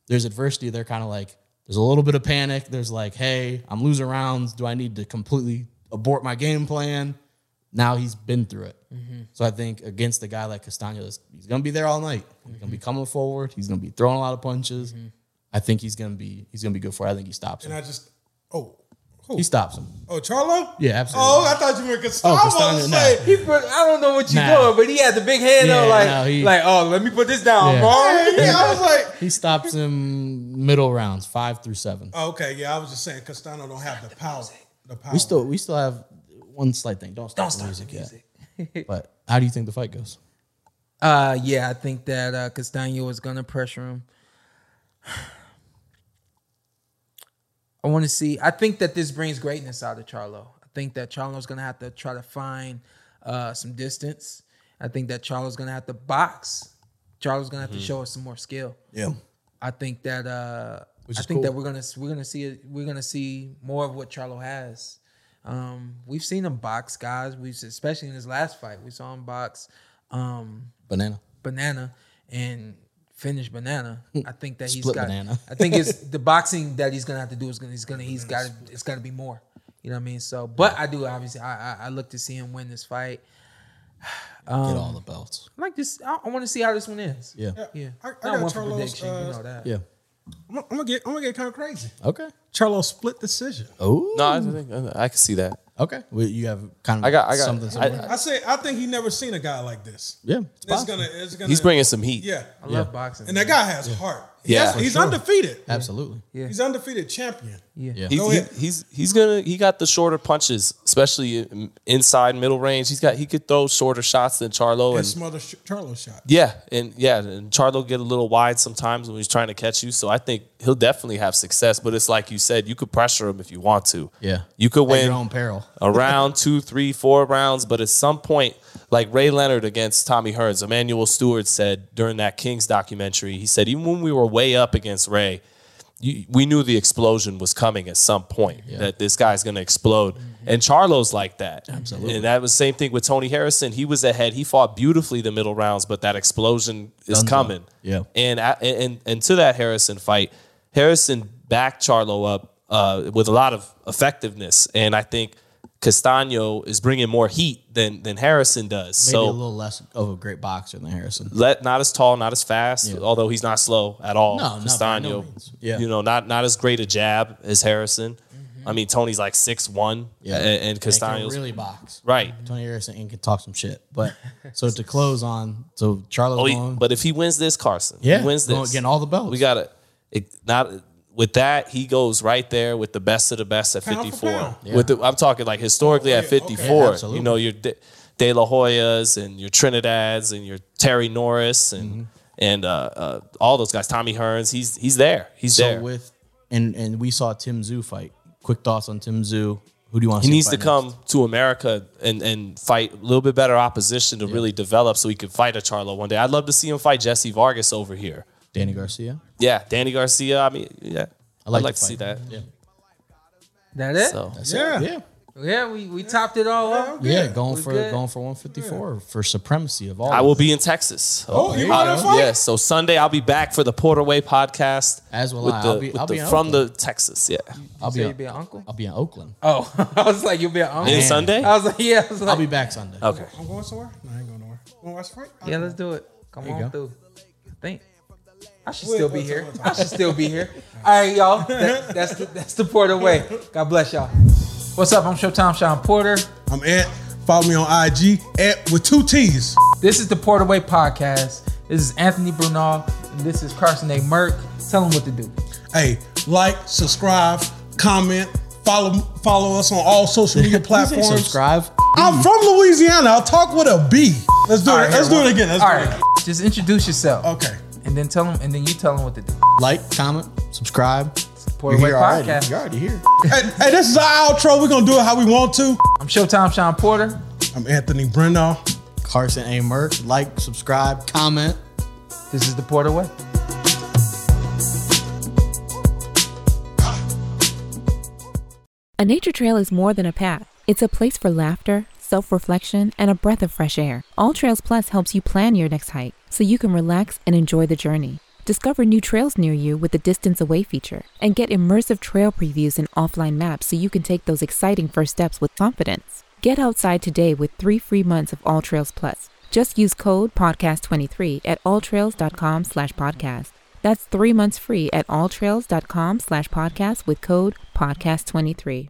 Speaker 5: there's adversity. They're kind of like there's a little bit of panic. There's like, hey, I'm losing rounds. Do I need to completely abort my game plan? Now he's been through it.
Speaker 3: Mm-hmm.
Speaker 5: So I think against a guy like Castaño, that's- he's gonna be there all night. He's
Speaker 3: Mm-hmm.
Speaker 5: gonna be coming forward. He's gonna be throwing a lot of punches. I think he's gonna be he's gonna be good for. It. I think he stops
Speaker 3: And I
Speaker 5: him.
Speaker 3: just oh oh
Speaker 5: He stops him.
Speaker 3: oh Charlo.
Speaker 5: Yeah, absolutely.
Speaker 3: Oh, I thought you were Costanzo.
Speaker 5: Oh, Costanzo,
Speaker 3: I was
Speaker 5: no.
Speaker 3: like,
Speaker 4: He put, I don't know what you're
Speaker 5: Nah.
Speaker 4: doing, but he had the big hand
Speaker 5: Yeah,
Speaker 4: though, like
Speaker 5: no, he-
Speaker 4: like oh, let me put this down,
Speaker 5: Yeah.
Speaker 4: bro.
Speaker 3: hey, I was like,
Speaker 5: He stops him middle rounds, five through seven.
Speaker 3: oh, okay, yeah, I was just saying Castano don't have the power. The power.
Speaker 5: We still we still have one slight thing. Don't stop,
Speaker 4: Don't
Speaker 5: the,
Speaker 4: stop
Speaker 5: music
Speaker 4: the music.
Speaker 5: yet. But how do you think the fight goes?
Speaker 4: Uh, yeah, I think that uh, Castaño is gonna pressure him. I want to see. I think that this brings greatness out of Charlo. I think that Charlo's gonna have to try to find uh, some distance. I think that Charlo's gonna have to box. Charlo's gonna have
Speaker 5: Mm-hmm.
Speaker 4: to show us some more skill.
Speaker 5: Yeah.
Speaker 4: I think that uh,
Speaker 5: Which
Speaker 4: I
Speaker 5: is
Speaker 4: think that
Speaker 5: cool.
Speaker 4: we're gonna we're gonna see we're gonna see more of what Charlo has. Um, we've seen him box guys. We've especially in his last fight, we saw him box. Um,
Speaker 5: Banana.
Speaker 4: banana and finish banana. I think that he's
Speaker 5: Split
Speaker 4: got.
Speaker 5: banana.
Speaker 4: I think it's the boxing that he's gonna have to do is gonna he's gonna he's got it's got to be more. You know what I mean? So, but I do obviously I I, I look to see him win this fight.
Speaker 6: Um,
Speaker 5: Get all the belts.
Speaker 4: I like this. I, I want to see how this one ends.
Speaker 5: Yeah.
Speaker 3: Yeah,
Speaker 4: yeah.
Speaker 3: I, I
Speaker 4: Not
Speaker 3: got
Speaker 4: one for
Speaker 3: Charlo's.
Speaker 4: prediction.
Speaker 3: Uh,
Speaker 4: you know that.
Speaker 5: Yeah.
Speaker 3: I'm, I'm gonna get. I'm gonna get kind of crazy.
Speaker 5: Okay.
Speaker 3: Charlo split decision.
Speaker 5: Oh.
Speaker 6: No, I, think, I can see that.
Speaker 5: Okay. Well, you have kind of
Speaker 6: I got, I got,
Speaker 5: something
Speaker 6: I-
Speaker 5: similar.
Speaker 3: I say. I think he never seen a guy like this.
Speaker 5: yeah. It's
Speaker 3: It's
Speaker 5: possible.
Speaker 3: gonna. It's gonna.
Speaker 6: he's bringing some heat.
Speaker 3: Yeah,
Speaker 4: I love boxing.
Speaker 3: and that guy has heart.
Speaker 6: Yeah.
Speaker 3: Yeah,
Speaker 6: For
Speaker 3: he's
Speaker 5: sure.
Speaker 3: undefeated.
Speaker 5: Absolutely.
Speaker 4: Yeah.
Speaker 3: He's undefeated champion.
Speaker 4: Yeah.
Speaker 5: Yeah.
Speaker 6: He's,
Speaker 3: Go
Speaker 6: he-
Speaker 3: ahead.
Speaker 6: he's he's gonna he got the shorter punches, especially in- inside middle range. He's got he could throw shorter shots than Charlo,
Speaker 3: And
Speaker 6: and
Speaker 3: smother Sh- Charlo shot.
Speaker 6: yeah, and yeah, and Charlo get a little wide sometimes when he's trying to catch you. So I think he'll definitely have success. But it's like you said, you could pressure him if you want to.
Speaker 5: Yeah.
Speaker 6: you could
Speaker 5: At
Speaker 6: win Uh,
Speaker 5: your own peril.
Speaker 6: a round, two, three, four rounds. But at some point, like Ray Leonard against Tommy Hearns, Emmanuel Stewart said during that Kings documentary, he said, even when we were way up against Ray, you, we knew the explosion was coming at some point, that this guy's going to explode. And Charlo's like that. Absolutely. And that was the same thing with Tony Harrison. He was ahead. He fought beautifully the middle rounds, but that explosion is
Speaker 5: Dunzo.
Speaker 6: coming.
Speaker 5: Yeah.
Speaker 6: And, I, and and and to that Harrison fight, Harrison backed Charlo up uh, with a lot of effectiveness, and I think Castaño is bringing more heat than than Harrison does.
Speaker 5: Maybe
Speaker 6: so
Speaker 5: a little less of a great boxer than Harrison.
Speaker 6: let not as tall, not as fast, although he's not slow at all.
Speaker 5: No, no, by
Speaker 6: Castaño,
Speaker 5: no means. Yeah. Mm-hmm.
Speaker 6: you know, not not as great a jab as Harrison. I mean, Tony's like six one,
Speaker 5: Yeah.
Speaker 6: and, and
Speaker 5: They can
Speaker 6: Castaño's
Speaker 5: really box.
Speaker 6: right.
Speaker 5: Tony Harrison and can talk some shit. But so to close on, so Charlo's
Speaker 6: Oh, he-
Speaker 5: going.
Speaker 6: but if he wins this, Carson,
Speaker 5: Yeah,
Speaker 6: he wins
Speaker 5: going-
Speaker 6: this,
Speaker 5: getting all the belts.
Speaker 6: We got it. Not with that, he goes right there with the best of the best at
Speaker 3: Pound for
Speaker 6: fifty four.
Speaker 3: pound.
Speaker 6: With the, I'm talking like historically at
Speaker 3: yeah, okay.
Speaker 6: fifty four.
Speaker 5: absolutely.
Speaker 6: you know your De, De La Hoyas and your Trinidads and your Terry Norris and
Speaker 5: Mm-hmm.
Speaker 6: and uh, uh, all those guys. Tommy Hearns, he's he's there. He's
Speaker 5: So
Speaker 6: there.
Speaker 5: with and and we saw Tim Zoo fight. Quick thoughts on Tim Zoo. Who do you want?
Speaker 6: he
Speaker 5: see
Speaker 6: needs
Speaker 5: fight
Speaker 6: to
Speaker 5: next?
Speaker 6: come to America and, and fight a little bit better opposition to really develop so he can fight a Charlo one day. I'd love to see him fight Jesse Vargas over here.
Speaker 5: Danny Garcia.
Speaker 6: Yeah, Danny Garcia. I mean, yeah, I would
Speaker 5: like
Speaker 6: like
Speaker 5: the
Speaker 6: to see that.
Speaker 5: fight. Yeah,
Speaker 4: That it?
Speaker 6: So
Speaker 3: Yeah.
Speaker 5: yeah.
Speaker 4: Yeah, we, we topped it all up.
Speaker 5: Yeah, going
Speaker 4: We
Speaker 5: for
Speaker 4: good?
Speaker 5: going for 154 for supremacy of all.
Speaker 6: I will be in Texas.
Speaker 3: Oh, you
Speaker 5: yeah.
Speaker 3: want to fight?
Speaker 6: Uh, Yes, so Sunday I'll be back for the Porterway podcast.
Speaker 5: As will
Speaker 6: with
Speaker 5: I.
Speaker 6: the,
Speaker 5: I'll be-
Speaker 6: with
Speaker 5: I'll
Speaker 6: the-
Speaker 5: be in
Speaker 6: from the Texas, yeah.
Speaker 5: I'll
Speaker 4: So
Speaker 5: be,
Speaker 4: you be an uncle?
Speaker 5: I'll be in Oakland.
Speaker 4: Oh, I was like, you'll be an uncle.
Speaker 6: Is
Speaker 5: Man.
Speaker 6: Sunday?
Speaker 4: I was like, yeah. I was like,
Speaker 5: I'll be back Sunday.
Speaker 6: Okay.
Speaker 3: I'm going somewhere. No, I ain't going nowhere. Want to watch the fight?
Speaker 4: Yeah, let's do it. Come
Speaker 5: you
Speaker 4: on
Speaker 5: go.
Speaker 4: through. I think. I should
Speaker 3: Wait,
Speaker 4: still be
Speaker 3: what's up,
Speaker 4: here.
Speaker 3: what's up?
Speaker 4: I should still be here. All right, y'all. That- that's the that's the Porter way. God bless y'all. What's up? I'm Showtime Sean Porter.
Speaker 3: I'm at. Follow me on IG at with two T's.
Speaker 4: This is the Porter Way podcast. This is Anthony Brunel and this is Carson A. Merck. Tell them what to do.
Speaker 3: Hey, like, subscribe, comment, follow follow us on all social media platforms.
Speaker 5: Subscribe.
Speaker 3: I'm from Louisiana. I'll talk with a B. Let's do it.
Speaker 4: right,
Speaker 3: Let's
Speaker 4: here,
Speaker 3: do it again. Let's
Speaker 4: All
Speaker 3: do
Speaker 4: right, just introduce yourself.
Speaker 3: it. Okay.
Speaker 4: And then tell them, and then you tell them what to do.
Speaker 5: Like, comment, subscribe.
Speaker 4: Porter Way
Speaker 5: You're already,
Speaker 4: podcast.
Speaker 5: you're already here.
Speaker 3: hey, hey, this is our outro. We're gonna do it how we want to.
Speaker 4: I'm Showtime Sean Porter.
Speaker 3: I'm Anthony Brendo.
Speaker 5: Carson A. Merck. Like, subscribe, comment.
Speaker 4: This is the Porter Way.
Speaker 1: A nature trail is more than a path. It's a place for laughter, self reflection, and a breath of fresh air. All Trails Plus helps you plan your next hike so you can relax and enjoy the journey. Discover new trails near you with the Distance Away feature and get immersive trail previews and offline maps so you can take those exciting first steps with confidence. Get outside today with three free months of All Trails Plus. Just use code PODCAST23 at alltrails.com slash podcast. That's three months free at alltrails.com slash podcast with code PODCAST23.